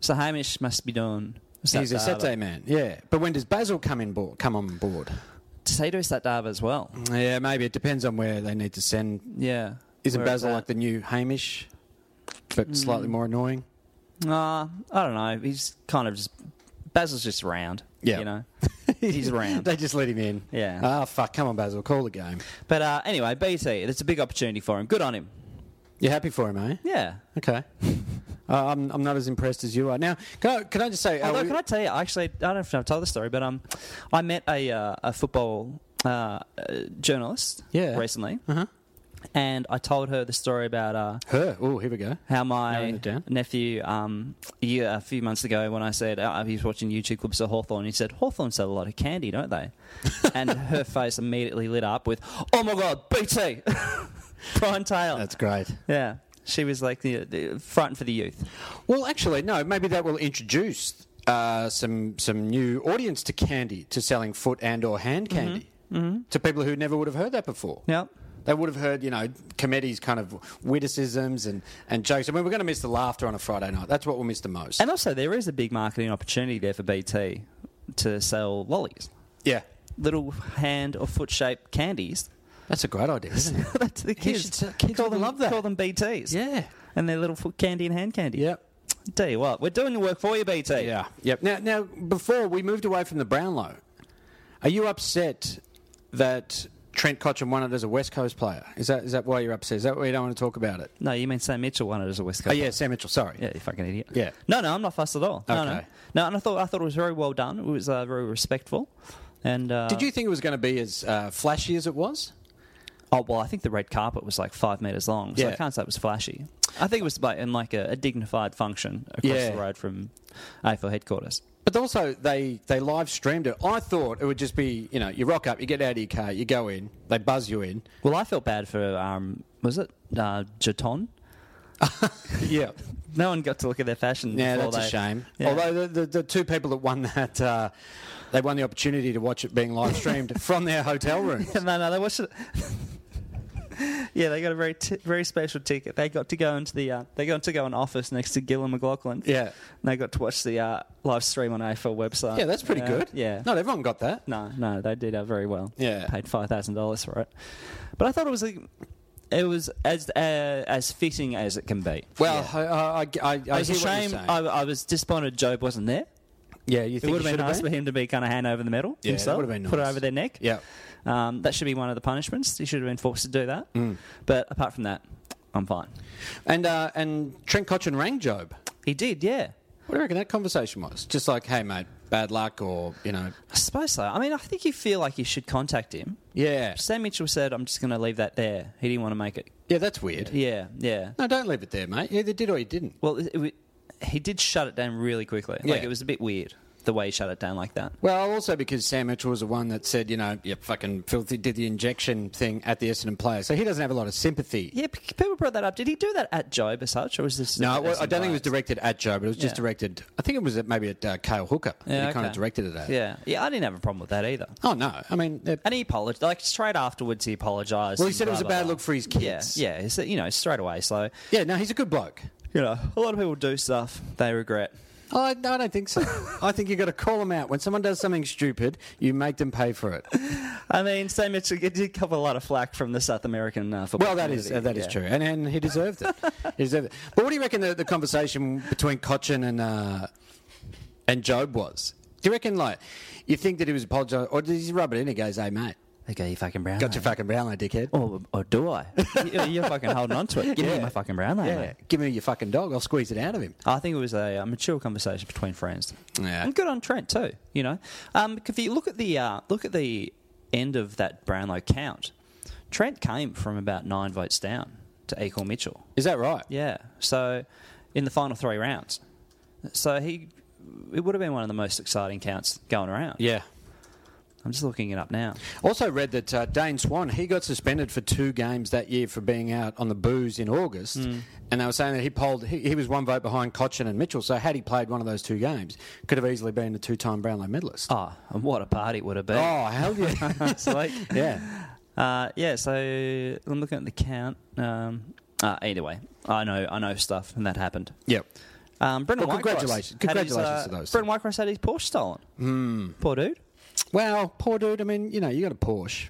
[SPEAKER 1] So Hamish must be doing. Saturday
[SPEAKER 2] He's a
[SPEAKER 1] Arvo.
[SPEAKER 2] Saturday man. Yeah, but when does Basil come in board? Come on board?
[SPEAKER 1] Does he do Saturday Arvo as well?
[SPEAKER 2] Yeah, maybe it depends on where they need to send.
[SPEAKER 1] Yeah.
[SPEAKER 2] Isn't
[SPEAKER 1] Where it's
[SPEAKER 2] Basil
[SPEAKER 1] at.
[SPEAKER 2] like the new Hamish, but slightly more annoying?
[SPEAKER 1] Uh, I don't know. He's kind of just Basil's just round.
[SPEAKER 2] Yeah.
[SPEAKER 1] you know, he's round.
[SPEAKER 2] They just let him in.
[SPEAKER 1] Yeah.
[SPEAKER 2] Ah, fuck. Come on, Basil. Call the game.
[SPEAKER 1] But uh, anyway, BT, it's a big opportunity for him. Good on him.
[SPEAKER 2] You're happy for him, eh?
[SPEAKER 1] Yeah.
[SPEAKER 2] Okay. Uh, I'm, I'm not as impressed as you are. Now, can I, can I just say. uh,
[SPEAKER 1] Although,
[SPEAKER 2] we-
[SPEAKER 1] can I tell you? Actually, I don't know if I've told the story, but um, I met a uh, a football uh, uh, journalist
[SPEAKER 2] Yeah. Uh-huh.
[SPEAKER 1] recently, and I told her the story about uh,
[SPEAKER 2] her. Oh, here we go.
[SPEAKER 1] how
[SPEAKER 2] Narrowing
[SPEAKER 1] my
[SPEAKER 2] it down.
[SPEAKER 1] nephew um, a, year, a few months ago when I said uh, he was watching YouTube clips of Hawthorne, he said, Hawthorne sell a lot of candy, don't they? and her face immediately lit up with, oh my God, BT! Brian Taylor.
[SPEAKER 2] That's great.
[SPEAKER 1] yeah. She was like the, the frightened for the youth.
[SPEAKER 2] Well, actually, no. Maybe that will introduce uh, some some new audience Mm-hmm. to candy, to selling foot and or hand candy, to people who never would have heard that before.
[SPEAKER 1] Yep.
[SPEAKER 2] They would have heard, you know, committee's kind of witticisms and, and jokes. I mean, we're going to miss the laughter on a Friday night. That's what we'll miss the most.
[SPEAKER 1] And also, there is a big marketing opportunity there for BT to sell lollies,
[SPEAKER 2] yeah.
[SPEAKER 1] little hand or foot shaped candies.
[SPEAKER 2] That's a great idea, isn't it?
[SPEAKER 1] That's the kids.
[SPEAKER 2] should- kids
[SPEAKER 1] call
[SPEAKER 2] would
[SPEAKER 1] them
[SPEAKER 2] love that.
[SPEAKER 1] Call them BTs.
[SPEAKER 2] yeah.
[SPEAKER 1] And their little foot candy and hand candy.
[SPEAKER 2] Yep.
[SPEAKER 1] Tell you what, we're doing the work for you, BT.
[SPEAKER 2] Yeah. Yep. Now, now, before we moved away from the Brownlow, are you upset that Trent Cotchin won it as a West Coast player? Is that is that why you're upset? Is that why you don't want to talk about it?
[SPEAKER 1] No, you mean Sam Mitchell won it as a West
[SPEAKER 2] Oh
[SPEAKER 1] Coast?
[SPEAKER 2] yeah, Sam Mitchell. Sorry.
[SPEAKER 1] Yeah, you fucking idiot.
[SPEAKER 2] Yeah.
[SPEAKER 1] No, no, I'm not fussed at all. No, no.
[SPEAKER 2] Okay.
[SPEAKER 1] No, and I thought I thought it was very well done. It was uh, very respectful. And uh,
[SPEAKER 2] Did you think it was going to be as uh, flashy as it was?
[SPEAKER 1] Oh well, I think the red carpet was like five meters long, so I
[SPEAKER 2] Yeah.
[SPEAKER 1] can't say it was flashy. I think it was like in like a, a dignified function across
[SPEAKER 2] Yeah.
[SPEAKER 1] the road from AFL headquarters.
[SPEAKER 2] But also they they live streamed it. I thought it would just be you know you rock up, you get out of your car, you go in, they buzz you in.
[SPEAKER 1] Well, I felt bad for um, was it uh, Jaton?
[SPEAKER 2] Yeah.
[SPEAKER 1] No one got to look at their fashion.
[SPEAKER 2] Yeah,
[SPEAKER 1] before
[SPEAKER 2] that's a
[SPEAKER 1] they-
[SPEAKER 2] shame.
[SPEAKER 1] Yeah.
[SPEAKER 2] Although the, the, the two people that won that, uh, they won the opportunity to watch it being live streamed from their hotel room.
[SPEAKER 1] no, no, they watched it. yeah, they got a very t- very special ticket. They got to go into the uh, they got to go in office next to Gillan McLaughlin.
[SPEAKER 2] Yeah.
[SPEAKER 1] and they got to watch the uh, live stream on AFL website.
[SPEAKER 2] Yeah, that's pretty
[SPEAKER 1] Uh,
[SPEAKER 2] good.
[SPEAKER 1] Yeah,
[SPEAKER 2] Not everyone got that.
[SPEAKER 1] No, no, they did uh, very well.
[SPEAKER 2] Yeah.
[SPEAKER 1] paid five thousand dollars for it. But I thought it was like, it was as uh, as fitting as it can be.
[SPEAKER 2] Well, I, I, I, I,
[SPEAKER 1] it was a
[SPEAKER 2] hear what you're
[SPEAKER 1] shame.
[SPEAKER 2] saying.
[SPEAKER 1] I, I was disappointed Job wasn't there.
[SPEAKER 2] yeah, you
[SPEAKER 1] It
[SPEAKER 2] think
[SPEAKER 1] would have
[SPEAKER 2] you
[SPEAKER 1] been
[SPEAKER 2] should
[SPEAKER 1] nice for him to be kind of hand over the medal
[SPEAKER 2] Yeah, that
[SPEAKER 1] himself,
[SPEAKER 2] would've been
[SPEAKER 1] put it
[SPEAKER 2] nice.
[SPEAKER 1] over their neck.
[SPEAKER 2] Yeah.
[SPEAKER 1] um, that should be one of the punishments. He should have been forced to do that. But apart from that, I'm fine.
[SPEAKER 2] And uh, and Trent Cotchin rang Job.
[SPEAKER 1] He did, yeah.
[SPEAKER 2] What do you reckon that conversation was? Just like, hey mate, bad luck, or you know,
[SPEAKER 1] I suppose so. I mean, I think you feel like you should contact him.
[SPEAKER 2] yeah,
[SPEAKER 1] Sam Mitchell said, "I'm just going to leave that there." He didn't want to make it.
[SPEAKER 2] yeah, that's weird.
[SPEAKER 1] Yeah, yeah.
[SPEAKER 2] No, don't leave it there, mate. You either did or you didn't.
[SPEAKER 1] Well, it, it, w- he did shut it down really quickly. Like
[SPEAKER 2] Yeah.
[SPEAKER 1] it was a bit weird the way he shut it down like that.
[SPEAKER 2] Well, also because Sam Mitchell was the one that said, you know, you fucking filthy did the injection thing at the Essendon player, so he doesn't have a lot of sympathy.
[SPEAKER 1] Yeah, p- people brought that up. Did he do that at Job as such, or was this?
[SPEAKER 2] No,
[SPEAKER 1] at
[SPEAKER 2] it wa- I don't think it was
[SPEAKER 1] SNY?
[SPEAKER 2] directed at Joe, but it was just
[SPEAKER 1] Yeah.
[SPEAKER 2] directed. I think it was at maybe at uh, Kyle Hooker. that he kind of
[SPEAKER 1] okay.
[SPEAKER 2] directed it at.
[SPEAKER 1] Yeah, yeah. I didn't have a problem with that either.
[SPEAKER 2] Oh no, I mean, they're-
[SPEAKER 1] And he apologized. Like straight afterwards, he apologized.
[SPEAKER 2] Well, he
[SPEAKER 1] and
[SPEAKER 2] said it
[SPEAKER 1] blah,
[SPEAKER 2] was a
[SPEAKER 1] blah,
[SPEAKER 2] bad
[SPEAKER 1] blah.
[SPEAKER 2] look for his kids.
[SPEAKER 1] Yeah, yeah. He said, you know, straight away. So
[SPEAKER 2] yeah, no, he's a good bloke.
[SPEAKER 1] you know, a lot of people do stuff they regret.
[SPEAKER 2] I, I don't think so. I think you've got to call them out. When someone does something stupid, you make them pay for it.
[SPEAKER 1] I mean, Sam Mitchell did cover a lot of flack from the South American uh, football.
[SPEAKER 2] Well, that is uh,
[SPEAKER 1] community.
[SPEAKER 2] that is
[SPEAKER 1] Yeah.
[SPEAKER 2] true, and and he deserved it. he deserved it. But what do you reckon the, the conversation between Cochin and uh, and Job was? Do you reckon like you think that he was apologising, or did he rub it in? He goes, "Hey mate,
[SPEAKER 1] Okay, you fucking brown. eh?
[SPEAKER 2] got your fucking Brownlow, dickhead.
[SPEAKER 1] Or, or do I? You- You're fucking holding on to it. Give me
[SPEAKER 2] Yeah.
[SPEAKER 1] my fucking brown eh?
[SPEAKER 2] yeah, give me your fucking dog. I'll squeeze it out of him."
[SPEAKER 1] I think it was a, uh mature conversation between friends.
[SPEAKER 2] Yeah.
[SPEAKER 1] and good on Trent too. You know, um, if you look at the uh, look at the end of that Brownlow count, Trent came from about nine votes down to equal Mitchell.
[SPEAKER 2] Is that right?
[SPEAKER 1] Yeah, so in the final three rounds, so he it would have been one of the most exciting counts going around.
[SPEAKER 2] Yeah.
[SPEAKER 1] I'm just looking it up now.
[SPEAKER 2] Also read that uh, Dane Swan he got suspended for two games that year for being out on the booze in August, and they were saying that he polled he, he was one vote behind Cochin and Mitchell. So had he played one of those two games, could have easily been a two-time Brownlow medalist.
[SPEAKER 1] Oh, and what a party it would have been!
[SPEAKER 2] Oh, hell yeah!
[SPEAKER 1] It's like-
[SPEAKER 2] yeah,
[SPEAKER 1] Uh, yeah, so I'm looking at the count. Um, uh, either way, I know I know stuff, and that happened.
[SPEAKER 2] yep.
[SPEAKER 1] Um, Brendan
[SPEAKER 2] Well,
[SPEAKER 1] Whitecross
[SPEAKER 2] congratulations-
[SPEAKER 1] had
[SPEAKER 2] congratulations
[SPEAKER 1] his, uh,
[SPEAKER 2] to those Hmm.
[SPEAKER 1] Brendan Whitecross had his Porsche stolen. Poor dude.
[SPEAKER 2] Well, poor dude. I mean, you know, you got a Porsche.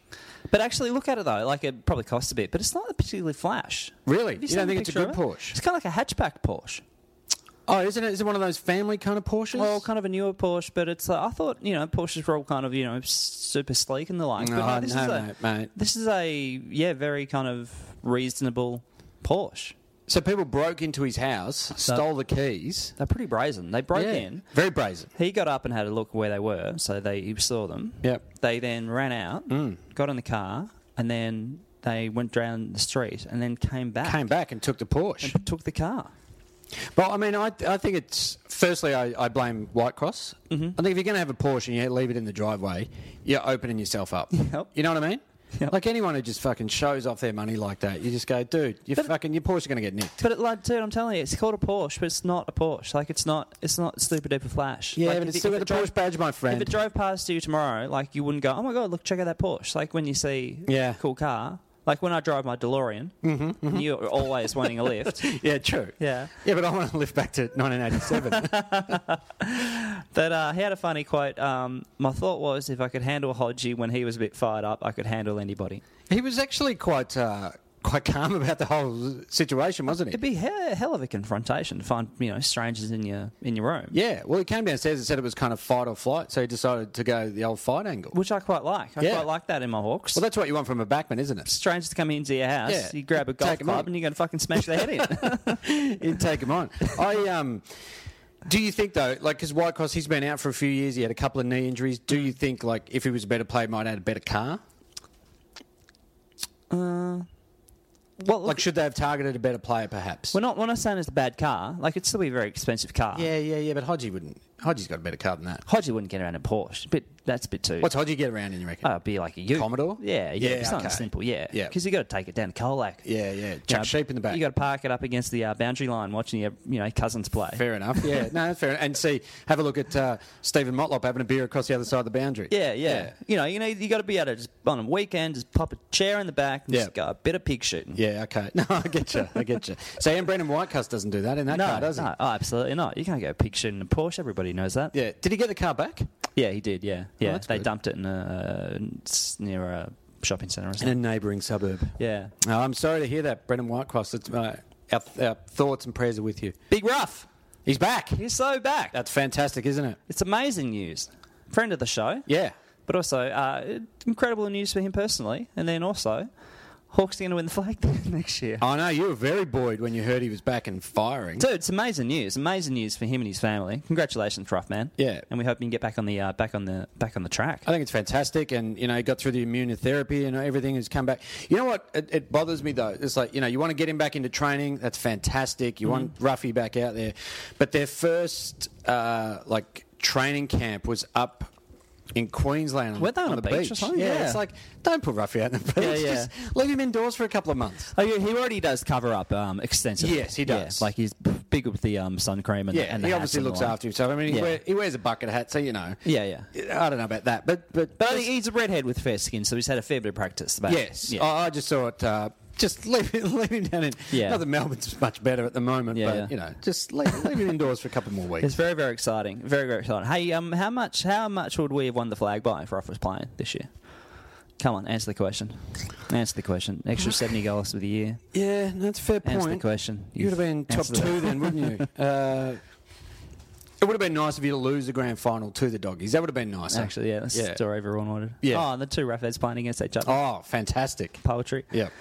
[SPEAKER 1] But actually, look at it though. Like it probably costs a bit, but it's not particularly flash.
[SPEAKER 2] Really?
[SPEAKER 1] Have
[SPEAKER 2] You
[SPEAKER 1] seen
[SPEAKER 2] don't
[SPEAKER 1] the
[SPEAKER 2] think it's a
[SPEAKER 1] picture
[SPEAKER 2] good
[SPEAKER 1] of it?
[SPEAKER 2] Porsche?
[SPEAKER 1] It's kind of like a hatchback Porsche.
[SPEAKER 2] Oh, isn't it? Is it one of those family kind of Porsches?
[SPEAKER 1] Well, kind of a newer Porsche, but it's. Uh, I thought you know Porsches were all kind of you know s- super sleek and the like. but
[SPEAKER 2] No,
[SPEAKER 1] this
[SPEAKER 2] Oh, no,
[SPEAKER 1] is a,
[SPEAKER 2] mate, mate.
[SPEAKER 1] This is a yeah very kind of reasonable Porsche.
[SPEAKER 2] so people broke into his house, stole the keys.
[SPEAKER 1] They're pretty brazen. They broke
[SPEAKER 2] Yeah.
[SPEAKER 1] in.
[SPEAKER 2] Very brazen.
[SPEAKER 1] He got up and had a look where they were, so they he saw them.
[SPEAKER 2] Yep. Mm.
[SPEAKER 1] They then ran out, got in the car, and then they went down the street and then came back.
[SPEAKER 2] Came back and took the Porsche.
[SPEAKER 1] and took the car.
[SPEAKER 2] Well, I mean, I, I think it's firstly I, I blame Whitecross. Mm-hmm. I think if you're going to have a Porsche and you leave it in the driveway, you're opening yourself up.
[SPEAKER 1] Yep.
[SPEAKER 2] You know what I mean?
[SPEAKER 1] Yep.
[SPEAKER 2] Like anyone who just fucking shows off their money like that, you just go, dude, you
[SPEAKER 1] But-
[SPEAKER 2] fucking your Porsche going to get nicked.
[SPEAKER 1] But it, like, dude, I'm telling you, it's called a Porsche, but it's not a Porsche. Like, it's not, it's not super duper flash.
[SPEAKER 2] Yeah,
[SPEAKER 1] Like,
[SPEAKER 2] but
[SPEAKER 1] if
[SPEAKER 2] it's
[SPEAKER 1] it-
[SPEAKER 2] still
[SPEAKER 1] if
[SPEAKER 2] got
[SPEAKER 1] it
[SPEAKER 2] the Porsche badge, my friend.
[SPEAKER 1] If it drove past you tomorrow, like, you wouldn't go, oh my god, look, check out that Porsche. Like when you see,
[SPEAKER 2] Yeah. Mm-hmm,
[SPEAKER 1] cool car, Like when I drive my DeLorean, you're always wanting a lift.
[SPEAKER 2] Yeah, true.
[SPEAKER 1] Yeah.
[SPEAKER 2] Yeah, but I want to live back to 1987.
[SPEAKER 1] But uh, he had a funny quote. Um, my thought was, if I could handle Hodgie when he was a bit fired up, I could handle anybody.
[SPEAKER 2] he was actually quite uh, quite calm about the whole situation, wasn't he?
[SPEAKER 1] It'd be a hell of a confrontation to find you know strangers in your in your room,
[SPEAKER 2] Yeah. Well, he came downstairs and said it was kind of fight or flight, so he decided to go the old fight angle.
[SPEAKER 1] which I quite like. I
[SPEAKER 2] Yeah.
[SPEAKER 1] quite like that in my Hawks.
[SPEAKER 2] Well, that's what you want from a backman, isn't it?
[SPEAKER 1] strangers to come into your house,
[SPEAKER 2] Yeah.
[SPEAKER 1] you grab a golf
[SPEAKER 2] Take 'em
[SPEAKER 1] club
[SPEAKER 2] on.
[SPEAKER 1] and you're gonna fucking smash their head in.
[SPEAKER 2] you take him on. I um. Do you think though, like, because Whitecross he's been out for a few years, he had a couple of knee injuries. Do you think, like, if he was a better player, might have had a better car?
[SPEAKER 1] well, look,
[SPEAKER 2] Like, should they have targeted a better player, perhaps?
[SPEAKER 1] we're not we're not saying it's a bad car. Like it'd still be a very expensive car.
[SPEAKER 2] yeah, yeah, yeah. But Hodgie wouldn't. Hodgie's got a better car than that.
[SPEAKER 1] Hodgie wouldn't get around a Porsche, but that's a bit too.
[SPEAKER 2] What's Hodgie get around in? You reckon?
[SPEAKER 1] Oh, it'd be like a Ute.
[SPEAKER 2] Commodore?
[SPEAKER 1] Yeah, yeah,
[SPEAKER 2] Yeah,
[SPEAKER 1] something
[SPEAKER 2] okay.
[SPEAKER 1] simple, yeah.
[SPEAKER 2] Yeah.
[SPEAKER 1] Because you got to take it down to Colac.
[SPEAKER 2] yeah, yeah.
[SPEAKER 1] You
[SPEAKER 2] Chuck
[SPEAKER 1] know,
[SPEAKER 2] sheep in the back.
[SPEAKER 1] You got to park it up against the uh, boundary line, watching your you know cousins play.
[SPEAKER 2] Fair enough. Yeah, no, fair. Enough. And see, have a look at uh, Stephen Motlop having a beer across the other side of the boundary.
[SPEAKER 1] Yeah, yeah, You know, you know, you got to be able to just on a weekend just pop a chair in the back and
[SPEAKER 2] Yeah.
[SPEAKER 1] just go a bit of pig shooting.
[SPEAKER 2] Yeah, okay. No, I get you. I get you. So, and Brendan Whitecuss doesn't do that in that
[SPEAKER 1] No,
[SPEAKER 2] car, does he?
[SPEAKER 1] no, oh, absolutely not. You can't go pig shooting in a Porsche. Everybody knows that.
[SPEAKER 2] Yeah. Did he get the car back?
[SPEAKER 1] Yeah, he did. Yeah, yeah.
[SPEAKER 2] that's
[SPEAKER 1] they
[SPEAKER 2] good.
[SPEAKER 1] dumped it in a uh, s- near a shopping centre or
[SPEAKER 2] In a
[SPEAKER 1] something.
[SPEAKER 2] neighbouring suburb.
[SPEAKER 1] yeah,
[SPEAKER 2] No, Oh, I'm sorry to hear that, Brendan Whitecross. It's, uh, our, our thoughts and prayers are with you.
[SPEAKER 1] big rough.
[SPEAKER 2] He's back.
[SPEAKER 1] He's so back.
[SPEAKER 2] That's fantastic, isn't it?
[SPEAKER 1] It's amazing news. Friend of the show.
[SPEAKER 2] Yeah.
[SPEAKER 1] But also, uh, incredible news for him personally. And then also, Hawks are going to win the flag next year.
[SPEAKER 2] I know you were very buoyed when you heard he was back and firing.
[SPEAKER 1] Dude, it's amazing news. Amazing news for him and his family. Congratulations, rough man.
[SPEAKER 2] Yeah. Uh,
[SPEAKER 1] And we hope you can get back on the uh, back on the back on the track.
[SPEAKER 2] I think it's fantastic, and you know, he got through the immunotherapy and everything has come back. You know what? It, it bothers me though. It's like you know, you want to get him back into training. That's fantastic. You want
[SPEAKER 1] Mm-hmm.
[SPEAKER 2] Ruffy back out there, but their first uh, like training camp was up. In Queensland,
[SPEAKER 1] Weren't they on
[SPEAKER 2] on
[SPEAKER 1] a
[SPEAKER 2] the
[SPEAKER 1] beach or something?
[SPEAKER 2] Yeah,
[SPEAKER 1] Yeah.
[SPEAKER 2] it's like don't put Ruffy out in the beach.
[SPEAKER 1] Yeah, yeah.
[SPEAKER 2] Just leave him indoors for a couple of months.
[SPEAKER 1] Oh, yeah, he already does cover up um, extensively.
[SPEAKER 2] Yes, he does.
[SPEAKER 1] like he's big with the um, sun cream and the,
[SPEAKER 2] Yeah,
[SPEAKER 1] and the
[SPEAKER 2] he
[SPEAKER 1] hats
[SPEAKER 2] obviously
[SPEAKER 1] and the
[SPEAKER 2] looks
[SPEAKER 1] like.
[SPEAKER 2] after himself. I mean, he,
[SPEAKER 1] Yeah.
[SPEAKER 2] wear, he wears a bucket hat, so you know.
[SPEAKER 1] Yeah, yeah.
[SPEAKER 2] I don't know about that, but but
[SPEAKER 1] But I think he's a redhead with fair skin, so he's had a fair bit of practice. About
[SPEAKER 2] Yes, Oh,
[SPEAKER 1] Yeah.
[SPEAKER 2] I, I just saw it. Uh, just leave, him- leave him down in.
[SPEAKER 1] Yeah.
[SPEAKER 2] Not that Melbourne's much better at the moment,
[SPEAKER 1] Yeah,
[SPEAKER 2] but
[SPEAKER 1] yeah.
[SPEAKER 2] you know, just leave, leave him indoors for a couple more
[SPEAKER 1] It's
[SPEAKER 2] weeks.
[SPEAKER 1] very, very exciting. Very, very exciting. Hey, um, how much, how much would we have won the flag by if Ruff was playing this year? Come on, answer the question. Answer the question. Extra seventy goals for the year.
[SPEAKER 2] Yeah, that's a fair
[SPEAKER 1] Answer the question.
[SPEAKER 2] You'd have been top
[SPEAKER 1] Answer the-
[SPEAKER 2] two then, wouldn't you? Uh, it would have been nice if you to lose the grand final to the doggies. That would have been nice.
[SPEAKER 1] Actually, yeah, that's the story everyone wanted.
[SPEAKER 2] Yeah.
[SPEAKER 1] Oh, and the two Rafads playing against each other.
[SPEAKER 2] Oh, fantastic.
[SPEAKER 1] Poetry.
[SPEAKER 2] Yeah. Oh.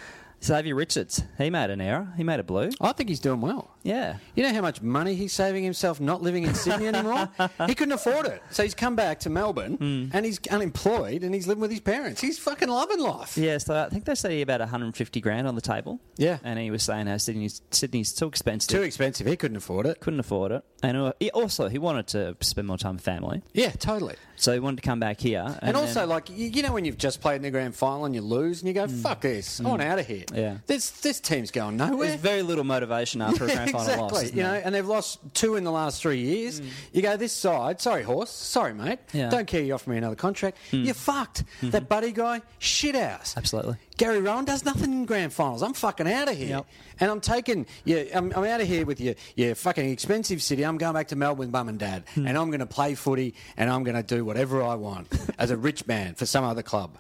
[SPEAKER 1] Xavier Richards. He made an error. He made a blue.
[SPEAKER 2] I think he's doing well.
[SPEAKER 1] Yeah.
[SPEAKER 2] You know how much money he's saving himself not living in Sydney anymore? he couldn't afford it. So he's come back to Melbourne
[SPEAKER 1] Hmm.
[SPEAKER 2] and he's unemployed and he's living with his parents. He's fucking loving life.
[SPEAKER 1] Yeah, so I think they say about 150 grand on the table.
[SPEAKER 2] Yeah.
[SPEAKER 1] And he was saying how Sydney's, Sydney's too expensive.
[SPEAKER 2] Too expensive. He couldn't afford it.
[SPEAKER 1] Couldn't afford it. And uh, he- also, he wanted to spend more time with family.
[SPEAKER 2] Yeah, totally.
[SPEAKER 1] So he wanted to come back here. And,
[SPEAKER 2] And, also,
[SPEAKER 1] then- Mm.
[SPEAKER 2] like you, you know, when you've just played in the grand final and you lose, and you go, "Fuck this, I'm out of here."
[SPEAKER 1] Yeah.
[SPEAKER 2] this this team's going nowhere.
[SPEAKER 1] There's very little motivation after a grand final
[SPEAKER 2] exactly.
[SPEAKER 1] loss. isn't
[SPEAKER 2] you know,
[SPEAKER 1] there?
[SPEAKER 2] and they've lost two in the last three years. You go this side. Sorry, horse. Sorry, mate.
[SPEAKER 1] Yeah. Mm. Mm-hmm.
[SPEAKER 2] Don't care. You offer me another contract. You're fucked. That buddy guy, shit house.
[SPEAKER 1] Absolutely.
[SPEAKER 2] Gary Rowan does nothing in grand finals. I'm fucking out of here.
[SPEAKER 1] Yep.
[SPEAKER 2] And I'm taking, yeah, I'm, I'm out of here with your, your fucking expensive city. I'm going back to Melbourne, mum and dad. And I'm going to play footy and I'm going to do whatever I want as a rich man for some other club.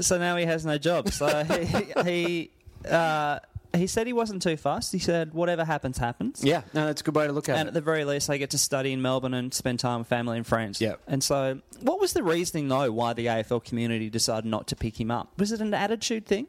[SPEAKER 1] So now he has no job. So he he, uh, he said he wasn't too fussed. He said whatever happens happens.
[SPEAKER 2] Yeah, no, that's a good way to look at
[SPEAKER 1] And
[SPEAKER 2] it.
[SPEAKER 1] at the very least, I get to study in Melbourne and spend time with family and friends.
[SPEAKER 2] Yeah.
[SPEAKER 1] And so, what was the reasoning though why the AFL community decided not to pick him up? Was it an attitude thing?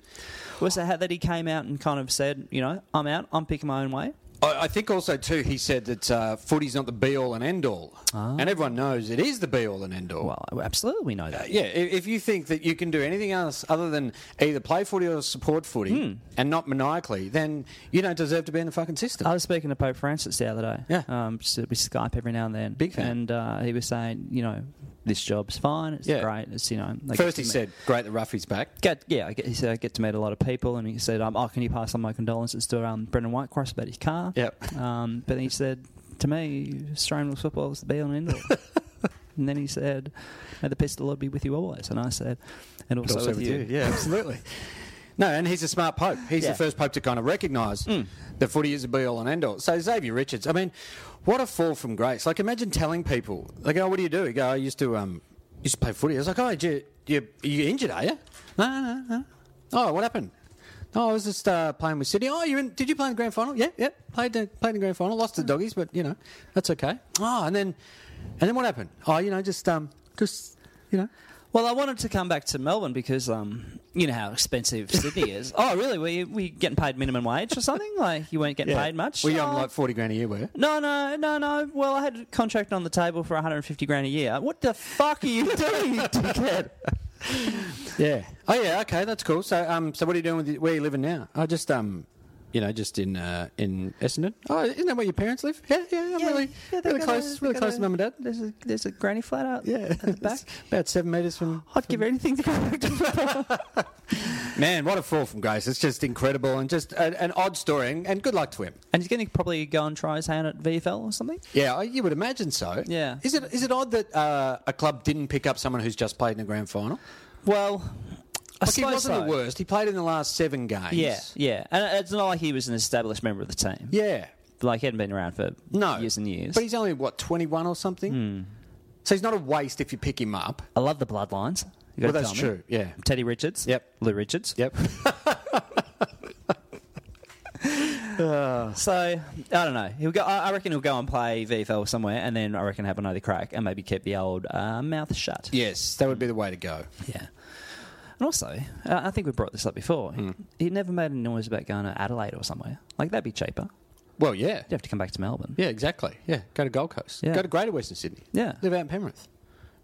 [SPEAKER 1] Was it how that he came out and kind of said, you know, I'm out. I'm picking my own way.
[SPEAKER 2] I, I think also, too, he said that uh, footy's not the be all and end all. And everyone knows it is the be all and end all.
[SPEAKER 1] Well, absolutely, we know that.
[SPEAKER 2] yeah, i- if you think that you can do anything else other than either play footy or support footy and not maniacally, then you don't deserve to be in the fucking system.
[SPEAKER 1] I was speaking to Pope Francis the other day.
[SPEAKER 2] Yeah.
[SPEAKER 1] Um, so we Skype every now and then.
[SPEAKER 2] Big fan.
[SPEAKER 1] And uh, he was saying, you know, this job's fine. It's
[SPEAKER 2] Yeah.
[SPEAKER 1] great. It's you know. Like
[SPEAKER 2] First, he said, "Great, the rough back."
[SPEAKER 1] Get, yeah, I get, he said I get to meet a lot of people, and he said, um, "Oh, can you pass on my condolences to um, Brendan Whitecross about his car?"
[SPEAKER 2] Yep.
[SPEAKER 1] Um, but then he said to me, "Australian rules football is the be all and end all." and then he said, "May the peace of the Lord be with you always." And I said, "And also, with, you.
[SPEAKER 2] yeah, absolutely. No, and he's a smart pope. He's
[SPEAKER 1] Yeah. Hmm.
[SPEAKER 2] the first pope to kind of recognise that footy is a be all and end all. So Xavier Richards, I mean, what a fall from grace! Like, imagine telling people, like, "Oh, what do you do?" You go, "I used to um, used to play footy." I was like, "Oh, did you, you you injured? Are you?" No, no, no. Oh, what happened? No, I was just uh, playing with Sydney. Oh, you in? Did you play in the grand final? Yeah, yeah. Played the, played in the grand final. Lost to the doggies, but you know that's okay. Oh, and then and then what happened? Oh, you know, just um, just you know.
[SPEAKER 1] Well, I wanted to come back to Melbourne because um, you know how expensive Sydney is. Oh, really? Were you, were you getting paid minimum wage or something? Like you weren't getting paid much?
[SPEAKER 2] Well, you're on
[SPEAKER 1] Oh,
[SPEAKER 2] like forty grand a year, were you?
[SPEAKER 1] No, no, no, no. Well, I had a contract on the table for 150 grand a year. What the fuck are you doing, you dickhead?
[SPEAKER 2] Yeah. Oh yeah. Okay, that's cool. So um, so what are you doing with your, where you living now? I just um, you know, just in uh, in Essendon. Oh, isn't that where your parents live? Yeah, yeah. I'm really
[SPEAKER 1] yeah, they
[SPEAKER 2] really
[SPEAKER 1] got
[SPEAKER 2] close,
[SPEAKER 1] a-
[SPEAKER 2] really
[SPEAKER 1] they
[SPEAKER 2] close
[SPEAKER 1] got
[SPEAKER 2] to mum and dad.
[SPEAKER 1] There's a there's a granny flat out
[SPEAKER 2] Yeah,
[SPEAKER 1] at the back.
[SPEAKER 2] It's about seven meters from.
[SPEAKER 1] I'd give anything to go back to Melbourne.
[SPEAKER 2] Man, what a fall from grace! It's just incredible and just a, an odd story. And, and good luck to him.
[SPEAKER 1] And he's going to probably go and try his hand at VFL or something.
[SPEAKER 2] Yeah, I- Oh, you would imagine so.
[SPEAKER 1] Yeah.
[SPEAKER 2] Is it is it odd that uh, a club didn't pick up someone who's just played in the grand final?
[SPEAKER 1] Well, I
[SPEAKER 2] Like, he
[SPEAKER 1] suppose
[SPEAKER 2] wasn't
[SPEAKER 1] so.
[SPEAKER 2] the worst. He played in the last seven games.
[SPEAKER 1] Yeah, yeah. And it's not like he was an established member of the team.
[SPEAKER 2] Yeah.
[SPEAKER 1] Like he hadn't been around for
[SPEAKER 2] No.
[SPEAKER 1] years and years. Hmm.
[SPEAKER 2] But he's only what twenty one or something. So he's not a waste if you pick him up.
[SPEAKER 1] I love the bloodlines. You gotta
[SPEAKER 2] Well, that's
[SPEAKER 1] tell me.
[SPEAKER 2] true, yeah.
[SPEAKER 1] Teddy Richards.
[SPEAKER 2] Yep.
[SPEAKER 1] Lou Richards.
[SPEAKER 2] Yep.
[SPEAKER 1] So I don't know. He'll go. I I reckon he'll go and play VFL somewhere, and then I reckon have another crack, and maybe keep the old uh, mouth shut.
[SPEAKER 2] yes, that would be the way to go.
[SPEAKER 1] Yeah. And also, uh, I think we brought this up before.
[SPEAKER 2] Hmm.
[SPEAKER 1] He, he never made a noise about going to Adelaide or somewhere. Like that'd be cheaper.
[SPEAKER 2] Well, yeah.
[SPEAKER 1] You'd have to come back to Melbourne.
[SPEAKER 2] Yeah, exactly. Yeah, go to Gold Coast.
[SPEAKER 1] Yeah.
[SPEAKER 2] Go to Greater Western Sydney.
[SPEAKER 1] Yeah.
[SPEAKER 2] Live out in Penrith.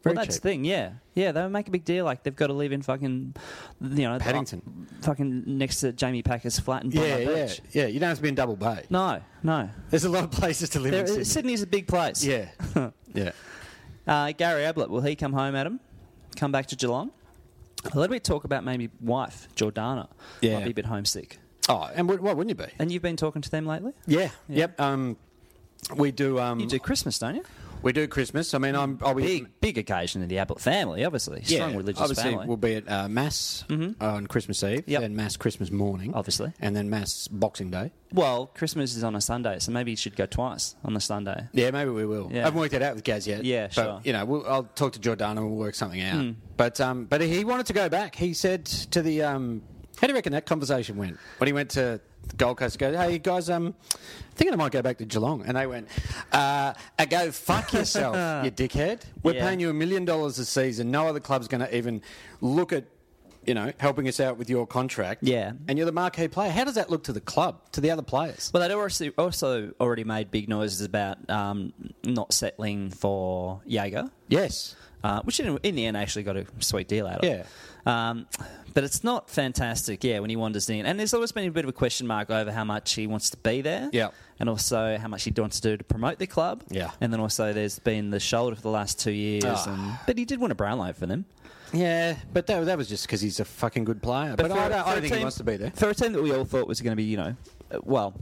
[SPEAKER 1] well,
[SPEAKER 2] Very
[SPEAKER 1] that's
[SPEAKER 2] cheap.
[SPEAKER 1] the thing. Yeah, yeah. They would make a big deal. Like they've got to live in fucking, you know,
[SPEAKER 2] Paddington.
[SPEAKER 1] fucking next to Jamie Packer's flat in
[SPEAKER 2] yeah,
[SPEAKER 1] Bondi
[SPEAKER 2] yeah,
[SPEAKER 1] Beach.
[SPEAKER 2] yeah. You don't have to be in Double Bay.
[SPEAKER 1] No, no.
[SPEAKER 2] There's a lot of places to live
[SPEAKER 1] There,
[SPEAKER 2] in Sydney.
[SPEAKER 1] Sydney's a big place.
[SPEAKER 2] Yeah, yeah.
[SPEAKER 1] Uh, Gary Ablett, will he come home, Adam? Come back to Geelong? A little bit talk about maybe wife, Jordana.
[SPEAKER 2] Yeah.
[SPEAKER 1] Might be a bit homesick.
[SPEAKER 2] Oh, and w- what wouldn't you be?
[SPEAKER 1] And you've been talking to them lately?
[SPEAKER 2] Yeah. Yep. Um, we do. Um,
[SPEAKER 1] You do Christmas, don't you?
[SPEAKER 2] we do Christmas. I mean, I'm. I'll be
[SPEAKER 1] Big, big occasion in the Ablett family, obviously. Strong religious
[SPEAKER 2] obviously
[SPEAKER 1] family. Mm-hmm.
[SPEAKER 2] we'll be at uh, mass on Christmas Eve,
[SPEAKER 1] Yep.
[SPEAKER 2] then mass Christmas morning,
[SPEAKER 1] Obviously.
[SPEAKER 2] and then mass Boxing Day.
[SPEAKER 1] Well, Christmas is on a Sunday, so maybe you should go twice on the Sunday.
[SPEAKER 2] Yeah, maybe we will.
[SPEAKER 1] Yeah.
[SPEAKER 2] I haven't worked that out with Gaz yet.
[SPEAKER 1] Yeah,
[SPEAKER 2] but,
[SPEAKER 1] sure. Hmm.
[SPEAKER 2] You know, we'll, I'll talk to Jordana and we'll work something out. But um, but he wanted to go back. He said to the um, how do you reckon that conversation went when he went to the Gold Coast? He goes, hey you guys, um, thinking I might go back to Geelong, and they went, uh, uh, go fuck yourself, you dickhead. We're
[SPEAKER 1] Yeah.
[SPEAKER 2] paying you a million dollars a season. No other club's going to even look at. You know, helping us out with your contract.
[SPEAKER 1] Yeah.
[SPEAKER 2] And you're the marquee player. How does that look to the club, to the other players?
[SPEAKER 1] Well, they'd also, also already made big noises about um, not settling for Jaeger.
[SPEAKER 2] Yes.
[SPEAKER 1] uh, which in, in the end actually got a sweet deal out of.
[SPEAKER 2] Yeah.
[SPEAKER 1] Um, but it's not fantastic, yeah, when he wanders in. And there's always been a bit of a question mark over how much he wants to be there.
[SPEAKER 2] Yeah.
[SPEAKER 1] And also how much he wants to do to promote the club.
[SPEAKER 2] Yeah.
[SPEAKER 1] And then also there's been the shoulder for the last two years.
[SPEAKER 2] Ah.
[SPEAKER 1] And, but he did win a Brownlow for them.
[SPEAKER 2] Yeah, but that, that was just because he's a fucking good player. But,
[SPEAKER 1] for-
[SPEAKER 2] I, don't,
[SPEAKER 1] for
[SPEAKER 2] I
[SPEAKER 1] a
[SPEAKER 2] don't think
[SPEAKER 1] team-
[SPEAKER 2] he wants to be there.
[SPEAKER 1] For a team that we all thought was going to be, you know, uh, well,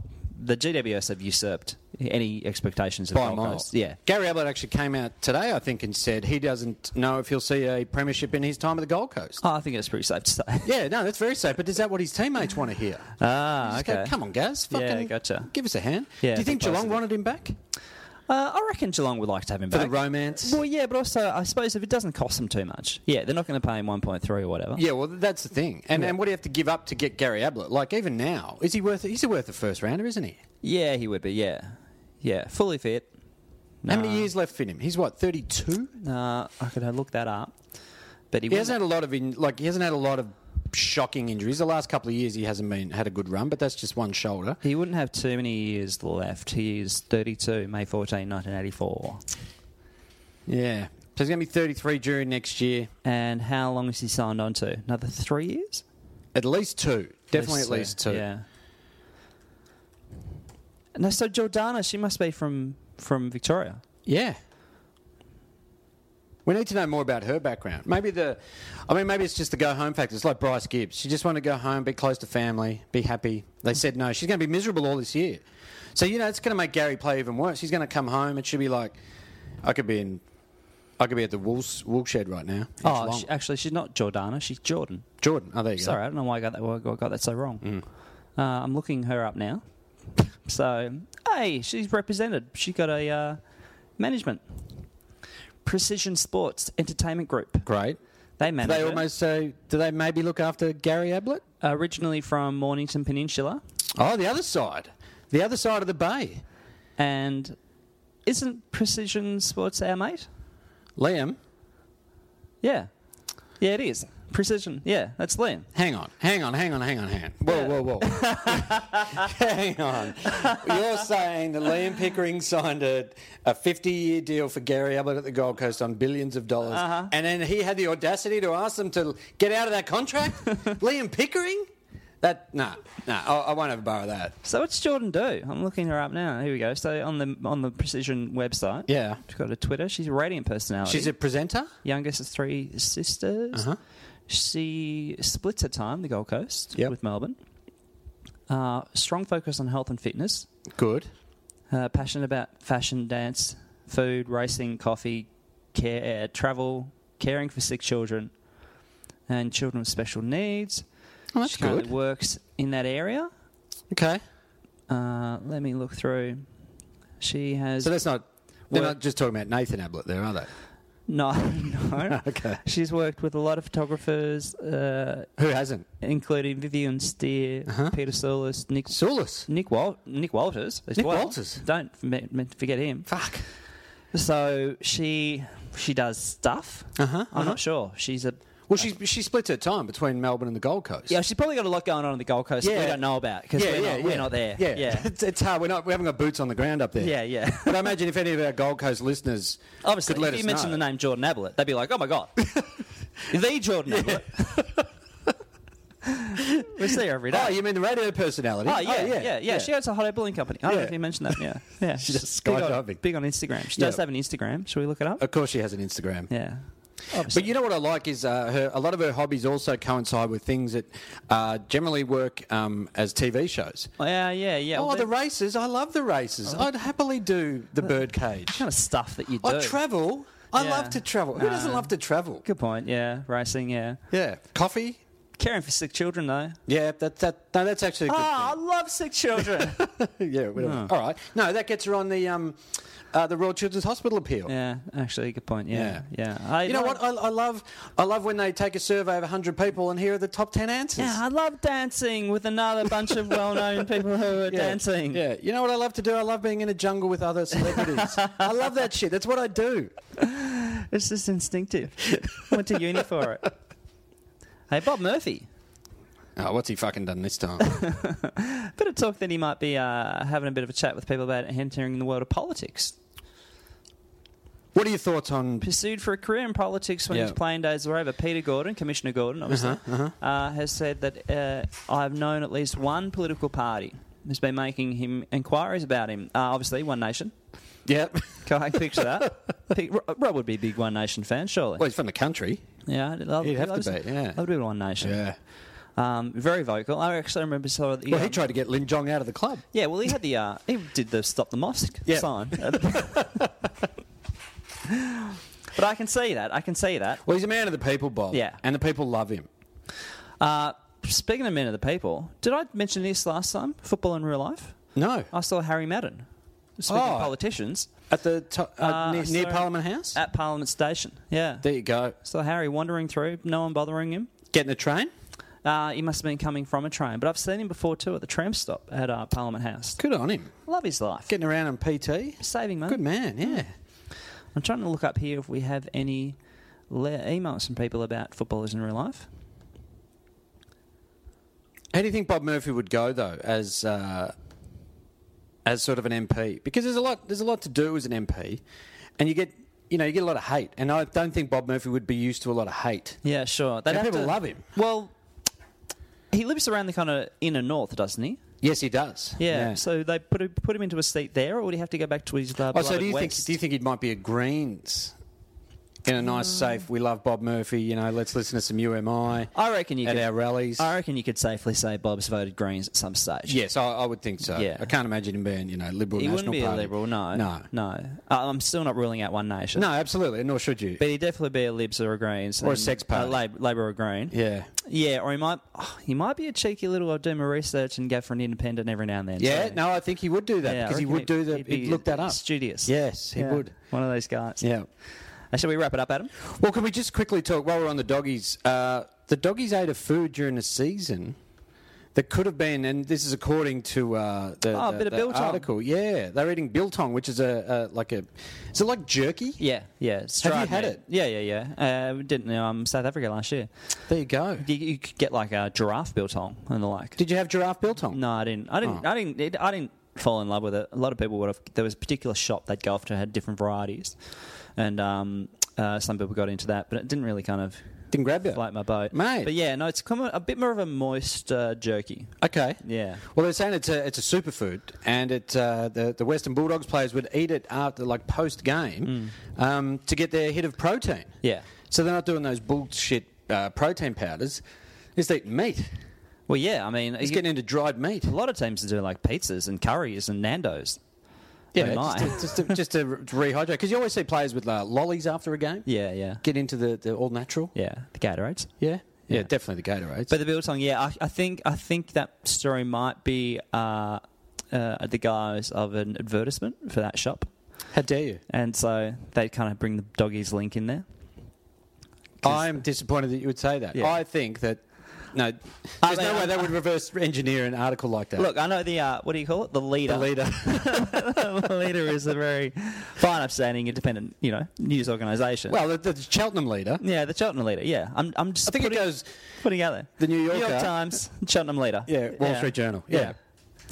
[SPEAKER 1] the GWS have usurped any expectations of
[SPEAKER 2] By a
[SPEAKER 1] Gold
[SPEAKER 2] mile.
[SPEAKER 1] Coast. Yeah.
[SPEAKER 2] Gary Ablett actually came out today, I think, and said he doesn't know if he'll see a premiership in his time at the Gold Coast.
[SPEAKER 1] Oh, I think it's pretty safe to say.
[SPEAKER 2] Yeah, no, that's very safe. But is that what his teammates want to hear?
[SPEAKER 1] Ah,
[SPEAKER 2] Just go,
[SPEAKER 1] okay.
[SPEAKER 2] Come on, Gaz.
[SPEAKER 1] Yeah,
[SPEAKER 2] Fucking
[SPEAKER 1] gotcha.
[SPEAKER 2] Give us a hand.
[SPEAKER 1] Yeah,
[SPEAKER 2] Do you
[SPEAKER 1] think
[SPEAKER 2] think Geelong
[SPEAKER 1] positive.
[SPEAKER 2] wanted him back
[SPEAKER 1] Uh, I reckon Geelong would like to have him
[SPEAKER 2] for
[SPEAKER 1] back.
[SPEAKER 2] the romance?
[SPEAKER 1] Well, yeah, but also I suppose if it doesn't cost them too much, yeah, they're not going to pay him one point three or whatever.
[SPEAKER 2] yeah, well, that's the thing. And, and what do you have to give up to get Gary Ablett? Like, even now, is he worth? He's worth a first rounder, isn't he?
[SPEAKER 1] yeah, he would be. Yeah, yeah, fully fit.
[SPEAKER 2] How many years left in him? He's what, thirty-two?
[SPEAKER 1] Uh, I could have looked that up, but he,
[SPEAKER 2] He
[SPEAKER 1] wouldn't-
[SPEAKER 2] hasn't had a lot of in, like he hasn't had a lot of shocking injuries. The last couple of years he hasn't been had a good run, but that's just one shoulder.
[SPEAKER 1] he wouldn't have too many years left. He is thirty two, May 14, 1984.
[SPEAKER 2] Yeah. So he's going to be 33 during next year.
[SPEAKER 1] And how long is he signed on to? Another three years?
[SPEAKER 2] At least two. Definitely
[SPEAKER 1] Let's
[SPEAKER 2] at least
[SPEAKER 1] see.
[SPEAKER 2] two.
[SPEAKER 1] Yeah. No, so Jordana, she must be from from Victoria.
[SPEAKER 2] Yeah. We need to know more about her background. Maybe the, I mean, maybe it's just the go home factor. It's like Bryce Gibbs. She just wanted to go home, be close to family, be happy. They said no. She's going to be miserable all this year. So, you know, it's going to make Gary play even worse. He's going to come home and she'll be like, I could be in I could be at the wool, s- wool shed right now. in
[SPEAKER 1] Oh,
[SPEAKER 2] Geelong.
[SPEAKER 1] she, actually, she's not Jordana. She's Jordan.
[SPEAKER 2] Jordan. Oh, there you go.
[SPEAKER 1] Sorry, I don't know why I got that, why I got that so wrong.
[SPEAKER 2] Mm.
[SPEAKER 1] Uh, I'm looking her up now. So, hey, she's represented. She got a uh, management. Precision Sports Entertainment Group.
[SPEAKER 2] Great.
[SPEAKER 1] They
[SPEAKER 2] Do
[SPEAKER 1] manage
[SPEAKER 2] they
[SPEAKER 1] it.
[SPEAKER 2] almost say, do they maybe look after Gary Ablett?
[SPEAKER 1] originally from Mornington Peninsula,
[SPEAKER 2] Oh, the other side. The other side of the bay.
[SPEAKER 1] and isn't Precision Sports our mate?
[SPEAKER 2] Liam,
[SPEAKER 1] Yeah, yeah, it is. Precision, yeah, that's Liam.
[SPEAKER 2] hang on, hang on, hang on, hang on, hang on. Whoa, whoa, whoa. hang on. You're saying that Liam Pickering signed a, a 50 year deal for Gary Ablett at the Gold Coast on billions of dollars, and then he had the audacity to ask them to get out of that contract? Liam Pickering? That, nah, nah, I, I won't ever borrow that.
[SPEAKER 1] So what's Jordan do? I'm looking her up now. Here we go. So on the on the Precision website,
[SPEAKER 2] Yeah.
[SPEAKER 1] she's got a Twitter. She's a radiant personality.
[SPEAKER 2] She's a presenter?
[SPEAKER 1] youngest of three sisters.
[SPEAKER 2] Uh-huh.
[SPEAKER 1] She splits her time the Gold Coast
[SPEAKER 2] Yep.
[SPEAKER 1] with Melbourne. Uh, strong focus on health and fitness.
[SPEAKER 2] Good.
[SPEAKER 1] Uh, passionate about fashion, dance, food, racing, coffee, care, travel, caring for sick children, and children with special needs.
[SPEAKER 2] Oh, that's
[SPEAKER 1] she currently
[SPEAKER 2] good.
[SPEAKER 1] works in that area.
[SPEAKER 2] Okay.
[SPEAKER 1] Uh, let me look through. She has
[SPEAKER 2] So that's not, they're
[SPEAKER 1] Well-
[SPEAKER 2] not just talking about Nathan Ablett there, are they?
[SPEAKER 1] no, no.
[SPEAKER 2] Okay.
[SPEAKER 1] She's worked with a lot of photographers, uh,
[SPEAKER 2] Who hasn't?
[SPEAKER 1] including Vivian Steer,
[SPEAKER 2] Uh-huh.
[SPEAKER 1] Peter Soulis, Nick
[SPEAKER 2] Soulis.
[SPEAKER 1] Nick Wal- Nick Walters. As
[SPEAKER 2] Nick
[SPEAKER 1] well.
[SPEAKER 2] Walters?
[SPEAKER 1] Don't me- me- forget him.
[SPEAKER 2] Fuck.
[SPEAKER 1] So she she does stuff.
[SPEAKER 2] Uh-huh,
[SPEAKER 1] I'm not sure. She's a
[SPEAKER 2] Well, she she splits her time between Melbourne and the Gold Coast.
[SPEAKER 1] yeah. She's probably got a lot going on on the Gold Coast that we
[SPEAKER 2] Yeah.
[SPEAKER 1] don't know about because we're, not, we're not there.
[SPEAKER 2] Yeah,
[SPEAKER 1] yeah,
[SPEAKER 2] It's, it's hard. We're not. We haven't got boots on the ground up there.
[SPEAKER 1] yeah. yeah.
[SPEAKER 2] But I imagine if any of our Gold Coast listeners
[SPEAKER 1] Obviously,
[SPEAKER 2] could let
[SPEAKER 1] if you
[SPEAKER 2] us
[SPEAKER 1] mention
[SPEAKER 2] know.
[SPEAKER 1] the name Jordan Ablett, they'd be like, "Oh my god, the Jordan Ablett." we see her every day.
[SPEAKER 2] Oh, you mean the radio personality?
[SPEAKER 1] Oh, yeah, yeah, yeah,
[SPEAKER 2] yeah.
[SPEAKER 1] She owns a hot air balloon company. I don't know
[SPEAKER 2] Yeah.
[SPEAKER 1] if you mentioned that. Yeah, yeah.
[SPEAKER 2] She does
[SPEAKER 1] big on,
[SPEAKER 2] skydiving.
[SPEAKER 1] big on Instagram. She does
[SPEAKER 2] Yeah.
[SPEAKER 1] have an Instagram. Should we look it up?
[SPEAKER 2] Of course, she has an Instagram.
[SPEAKER 1] Yeah.
[SPEAKER 2] But you know what I like is uh, her, a lot of her hobbies also coincide with things that uh, generally work um, as TV shows.
[SPEAKER 1] Oh, yeah, yeah, yeah.
[SPEAKER 2] oh,
[SPEAKER 1] Well,
[SPEAKER 2] the
[SPEAKER 1] that
[SPEAKER 2] races! I love the races.
[SPEAKER 1] Oh.
[SPEAKER 2] I'd happily do the birdcage.
[SPEAKER 1] kind of stuff that you Uh, do.
[SPEAKER 2] I travel. I
[SPEAKER 1] Yeah.
[SPEAKER 2] love to travel. Who doesn't
[SPEAKER 1] No.
[SPEAKER 2] love to travel?
[SPEAKER 1] Oh, Good point. Yeah, racing. Yeah,
[SPEAKER 2] Yeah, coffee.
[SPEAKER 1] caring for sick children though.
[SPEAKER 2] Yeah, that that no, that's actually a good
[SPEAKER 1] Ah, I love sick children.
[SPEAKER 2] thing. yeah, whatever. All right. No, that gets her on the um, uh, the Royal Children's Hospital appeal.
[SPEAKER 1] yeah, actually, good point. Yeah, yeah. I,
[SPEAKER 2] You know what? I, I love I love when they take a survey of hundred people and here are the top ten answers.
[SPEAKER 1] Yeah, I love dancing with another bunch of well-known people who are
[SPEAKER 2] Yeah.
[SPEAKER 1] dancing.
[SPEAKER 2] Yeah. You know what I love to do? I love being in a jungle with other celebrities. I love that shit. That's what I do.
[SPEAKER 1] It's just instinctive. Went to uni for it. Hey, Bob Murphy.
[SPEAKER 2] Oh, what's he fucking done this time?
[SPEAKER 1] Bit of talk that he might be uh, having a bit of a chat with people about entering the world of politics.
[SPEAKER 2] what are your thoughts on?
[SPEAKER 1] Pursued for a career in politics when
[SPEAKER 2] Yeah. Uh-huh,
[SPEAKER 1] his playing days were over, Peter Gordon, Commissioner Gordon, obviously, uh has said that uh, I've known at least one political party who's been making him inquiries about him. Uh, obviously, One Nation.
[SPEAKER 2] Yep.
[SPEAKER 1] Can I picture that? Pic- Ro- Rob would be a big One Nation fan, surely.
[SPEAKER 2] Well, he's from the country.
[SPEAKER 1] yeah, I'd love,
[SPEAKER 2] He'd have to
[SPEAKER 1] I'd love-
[SPEAKER 2] be, yeah.
[SPEAKER 1] I would be One Nation. Um, very vocal. I actually remember saw the.
[SPEAKER 2] Well, he
[SPEAKER 1] um,
[SPEAKER 2] tried to get Lin Jong out of the club.
[SPEAKER 1] Yeah, well, he had the uh, he did the stop the mosque
[SPEAKER 2] Yeah.
[SPEAKER 1] sign. but I can see that. I can see that.
[SPEAKER 2] Well, he's a man of the people, Bob.
[SPEAKER 1] Yeah.
[SPEAKER 2] And the people love him.
[SPEAKER 1] Uh, speaking of men of the people, did I mention this last time? Football in real life.
[SPEAKER 2] No.
[SPEAKER 1] I saw Harry Madden. Speaking
[SPEAKER 2] Oh.
[SPEAKER 1] of politicians,
[SPEAKER 2] At the to- uh,
[SPEAKER 1] Uh,
[SPEAKER 2] near,
[SPEAKER 1] so- Uh,
[SPEAKER 2] near Parliament House.
[SPEAKER 1] at Parliament Station. Yeah.
[SPEAKER 2] there you go.
[SPEAKER 1] so Harry wandering through, no one bothering him.
[SPEAKER 2] Getting a train.
[SPEAKER 1] Uh, he must have been coming from a train, but I've seen him before too at the tram stop at uh, Parliament House.
[SPEAKER 2] Good on him.
[SPEAKER 1] Love his life.
[SPEAKER 2] Getting around on Hmm. PT.
[SPEAKER 1] Saving money.
[SPEAKER 2] Good man. Yeah.
[SPEAKER 1] I'm trying to look up here if we have any le- emails from people about footballers in real life.
[SPEAKER 2] How do you think Bob Murphy would go though, as uh, as sort of an MP? Because there's a lot there's a lot to do as an MP, and you get you know you get a lot of hate, and I don't think Bob Murphy would be used to a lot of hate.
[SPEAKER 1] Yeah, sure. They'd
[SPEAKER 2] Yeah,
[SPEAKER 1] have
[SPEAKER 2] people
[SPEAKER 1] to-
[SPEAKER 2] love him.
[SPEAKER 1] Well, he lives around the kind of inner north, doesn't he?
[SPEAKER 2] Yes, he does.
[SPEAKER 1] Yeah. So they put him, put him into a seat there, or would he have to go back to his uh,
[SPEAKER 2] oh, so
[SPEAKER 1] beloved
[SPEAKER 2] do you
[SPEAKER 1] west?
[SPEAKER 2] think do you think he might be a Greens in a nice, safe. We love Bob Murphy. You know, let's listen to some UMI
[SPEAKER 1] Mm. I reckon you
[SPEAKER 2] at
[SPEAKER 1] could,
[SPEAKER 2] our rallies.
[SPEAKER 1] I reckon you could safely say Bob's voted Greens at some stage.
[SPEAKER 2] Yes, I, I would think so.
[SPEAKER 1] Yeah.
[SPEAKER 2] I can't imagine him being, you know, Liberal
[SPEAKER 1] he
[SPEAKER 2] National
[SPEAKER 1] wouldn't be
[SPEAKER 2] Party.
[SPEAKER 1] a liberal. No,
[SPEAKER 2] No.
[SPEAKER 1] no. I- I'm still not ruling out One Nation.
[SPEAKER 2] No, absolutely, nor should you.
[SPEAKER 1] but he'd definitely be a Libs or a Greens
[SPEAKER 2] Or a
[SPEAKER 1] and-
[SPEAKER 2] sex party.
[SPEAKER 1] uh, Lab, Labor or Green.
[SPEAKER 2] yeah.
[SPEAKER 1] Yeah, or he might oh, he might be a cheeky little. I'll do my research and go for an independent every now and then.
[SPEAKER 2] Yeah,
[SPEAKER 1] too.
[SPEAKER 2] no, I think he would do that
[SPEAKER 1] Yeah, I
[SPEAKER 2] because he
[SPEAKER 1] reckon
[SPEAKER 2] would do the. He'd,
[SPEAKER 1] be
[SPEAKER 2] look that up.
[SPEAKER 1] Studious.
[SPEAKER 2] Yes, he
[SPEAKER 1] Yeah,
[SPEAKER 2] would.
[SPEAKER 1] One of those guys.
[SPEAKER 2] Yeah.
[SPEAKER 1] Uh, Shall we wrap it up, Adam?
[SPEAKER 2] Well, can we just quickly talk while we're on the doggies? Uh, the doggies ate a food during the season that could have been, and this is according to uh, the,
[SPEAKER 1] Oh, a
[SPEAKER 2] the-
[SPEAKER 1] bit of
[SPEAKER 2] the
[SPEAKER 1] biltong.
[SPEAKER 2] article. Yeah, they're eating biltong, which is a, a like a. Is it like jerky?
[SPEAKER 1] Yeah, yeah. it's dried
[SPEAKER 2] had
[SPEAKER 1] meat.
[SPEAKER 2] it?
[SPEAKER 1] Yeah, yeah, yeah. Uh, we didn't know. Um, South Africa last year.
[SPEAKER 2] There you go.
[SPEAKER 1] You, you could get like a giraffe biltong and the like.
[SPEAKER 2] Did Oh. you have giraffe biltong?
[SPEAKER 1] No, I didn't. I didn't. I didn't. It, I didn't fall in love with it. A lot of people would have. There was a particular shop they'd go off to had different varieties, and um, uh, some people got into that, but it didn't really kind of
[SPEAKER 2] Didn't grab you.
[SPEAKER 1] float my boat,
[SPEAKER 2] Mate.
[SPEAKER 1] But yeah, no, it's come a, a bit more of a moist uh, jerky.
[SPEAKER 2] Okay.
[SPEAKER 1] Yeah.
[SPEAKER 2] Well, they're saying it's a it's a superfood, and it uh, the the Western Bulldogs players would eat it after like post game um, to get their hit of protein.
[SPEAKER 1] Mm. Yeah.
[SPEAKER 2] So they're not doing those bullshit uh, protein powders. It's eating meat.
[SPEAKER 1] Well, yeah. I mean,
[SPEAKER 2] It's
[SPEAKER 1] you-
[SPEAKER 2] getting into dried meat.
[SPEAKER 1] a lot of teams do like pizzas and curries and Nando's.
[SPEAKER 2] Yeah,
[SPEAKER 1] Oh, my.
[SPEAKER 2] just to, just to, just to re- to rehydrate. Because you always see players with uh, lollies after a game.
[SPEAKER 1] Yeah, yeah,
[SPEAKER 2] Get into the, the all natural.
[SPEAKER 1] yeah. The Gatorades.
[SPEAKER 2] Yeah. Yeah, definitely the Gatorades.
[SPEAKER 1] But the biltong, yeah, I, I think I think that story might be uh, uh, the guise of an advertisement for that shop,
[SPEAKER 2] How dare you?
[SPEAKER 1] and so they kind of bring the doggies link in there. 'Cause-
[SPEAKER 2] I'm disappointed that you would say that.
[SPEAKER 1] Yeah.
[SPEAKER 2] I think that no, there's
[SPEAKER 1] I mean,
[SPEAKER 2] no way
[SPEAKER 1] I'm-
[SPEAKER 2] they would reverse engineer an article like that.
[SPEAKER 1] Look, I know the uh, what do you call it? The leader.
[SPEAKER 2] the leader.
[SPEAKER 1] The leader is a very fine, upstanding, independent, you know, news organisation.
[SPEAKER 2] well, the, the Cheltenham leader.
[SPEAKER 1] yeah, the Cheltenham leader. Yeah, I'm. I'm just
[SPEAKER 2] I think it
[SPEAKER 1] putting,
[SPEAKER 2] goes
[SPEAKER 1] putting it out there.
[SPEAKER 2] the New
[SPEAKER 1] New
[SPEAKER 2] Yorker.
[SPEAKER 1] York Times, Cheltenham leader.
[SPEAKER 2] Yeah, Wall Street Journal. Yeah.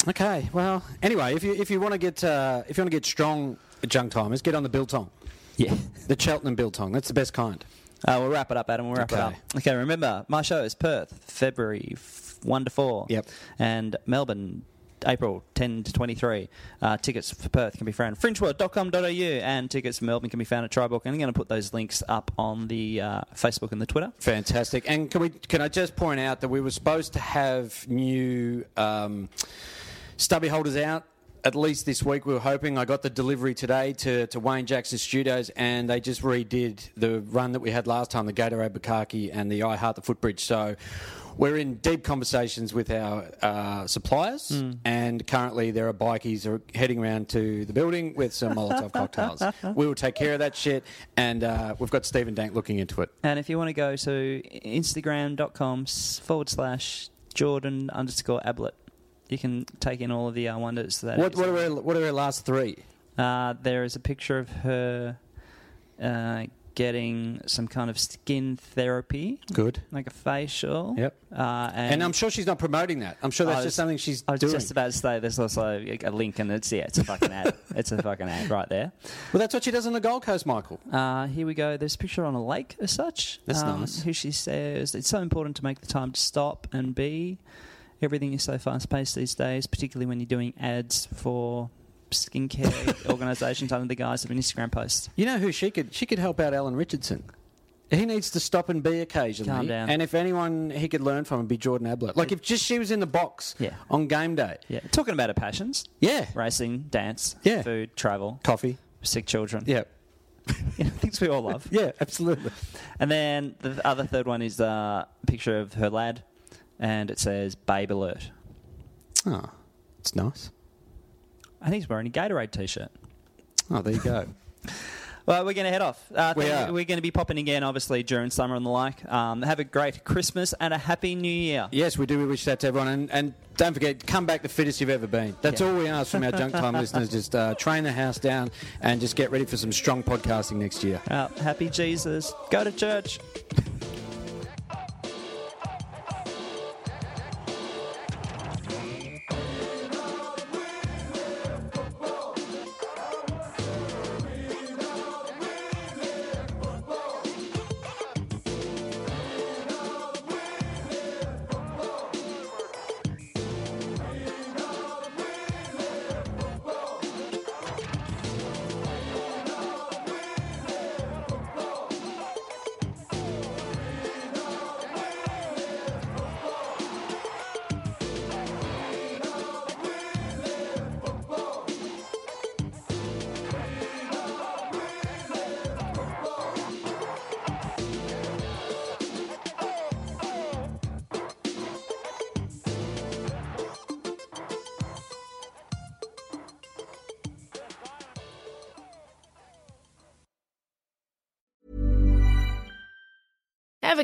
[SPEAKER 2] Okay. Well, anyway, if you if you want to get uh, if you want to get strong junk timers, get on the biltong,
[SPEAKER 1] yeah.
[SPEAKER 2] the Cheltenham biltong. That's the best kind.
[SPEAKER 1] Uh, we'll wrap it up, Adam. We'll wrap it
[SPEAKER 2] Okay.
[SPEAKER 1] up. Okay, remember, my show is Perth, February f- 1 to 4.
[SPEAKER 2] Yep.
[SPEAKER 1] And Melbourne, April 10 to 23. Uh, tickets for Perth can be found at fringeworld.com.au and tickets for Melbourne can be found at Tribook. And I'm going to put those links up on the uh, Facebook and the Twitter.
[SPEAKER 2] Fantastic. And can we can I just point out that we were supposed to have new um, stubby holders out at least this week. We were hoping. I got the delivery today to, to Wayne Jackson Studios, and they just redid the run that we had last time, the Gatorade Bukaki and the I Heart the Footbridge. So. We're in deep conversations with our uh, suppliers, and currently there are bikies are heading around to the building with some Molotov cocktails. We will take care of that shit, and uh, we've got Stephen Dank looking into it.
[SPEAKER 1] And if you want to go to instagram.com s- forward slash Jordan underscore Ablett, you can take in all of the uh, wonders that
[SPEAKER 2] What,
[SPEAKER 1] is.
[SPEAKER 2] what, are her, what are her last three?
[SPEAKER 1] Uh, there is a picture of her uh, getting some kind of skin therapy,
[SPEAKER 2] Good.
[SPEAKER 1] like a facial.
[SPEAKER 2] Yep.
[SPEAKER 1] Uh, and,
[SPEAKER 2] And I'm sure she's not promoting that. I'm sure
[SPEAKER 1] I
[SPEAKER 2] that's
[SPEAKER 1] was-
[SPEAKER 2] just something she's
[SPEAKER 1] I was
[SPEAKER 2] doing.
[SPEAKER 1] just about to say there's also a a link, and it's yeah, it's a fucking ad. It's a fucking ad right there.
[SPEAKER 2] well, that's what she does on the Gold Coast, Michael.
[SPEAKER 1] Uh, here we go. There's a picture on a lake as such. Um,
[SPEAKER 2] That's nice.
[SPEAKER 1] Who she says it's so important to make the time to stop and be. Everything is so fast paced these days, particularly when you're doing ads for skincare organisations under the guise of an Instagram post.
[SPEAKER 2] You know who she could? She could help out Alan Richardson. He needs to stop and be occasionally.
[SPEAKER 1] Calm down.
[SPEAKER 2] And if anyone he could learn from would be Jordan Ablett. Like if just she was in the box
[SPEAKER 1] Yeah.
[SPEAKER 2] on game day.
[SPEAKER 1] Yeah, talking about her passions.
[SPEAKER 2] Yeah.
[SPEAKER 1] racing, dance,
[SPEAKER 2] Yeah.
[SPEAKER 1] food, travel,
[SPEAKER 2] Coffee.
[SPEAKER 1] sick children.
[SPEAKER 2] Yeah.
[SPEAKER 1] You know, things we all love.
[SPEAKER 2] Yeah, absolutely.
[SPEAKER 1] And then the other third one is uh, a picture of her lad, and it says "Babe Alert."
[SPEAKER 2] Oh, it's nice.
[SPEAKER 1] I think he's wearing a Gatorade T-shirt.
[SPEAKER 2] Oh, there you go.
[SPEAKER 1] Well, we're going to head off. Uh,
[SPEAKER 2] We
[SPEAKER 1] thank-
[SPEAKER 2] are.
[SPEAKER 1] We're going to be popping again, obviously, during summer and the like. Um, have a great Christmas and a happy New Year.
[SPEAKER 2] yes, we do. We wish that to everyone. And, and don't forget, come back the fittest you've ever been. That's
[SPEAKER 1] Yeah.
[SPEAKER 2] all we ask from our junk time listeners. Just uh, train the house down and just get ready for some strong podcasting next year.
[SPEAKER 1] Uh, happy Jesus. Go to church.
[SPEAKER 3] Football. Ever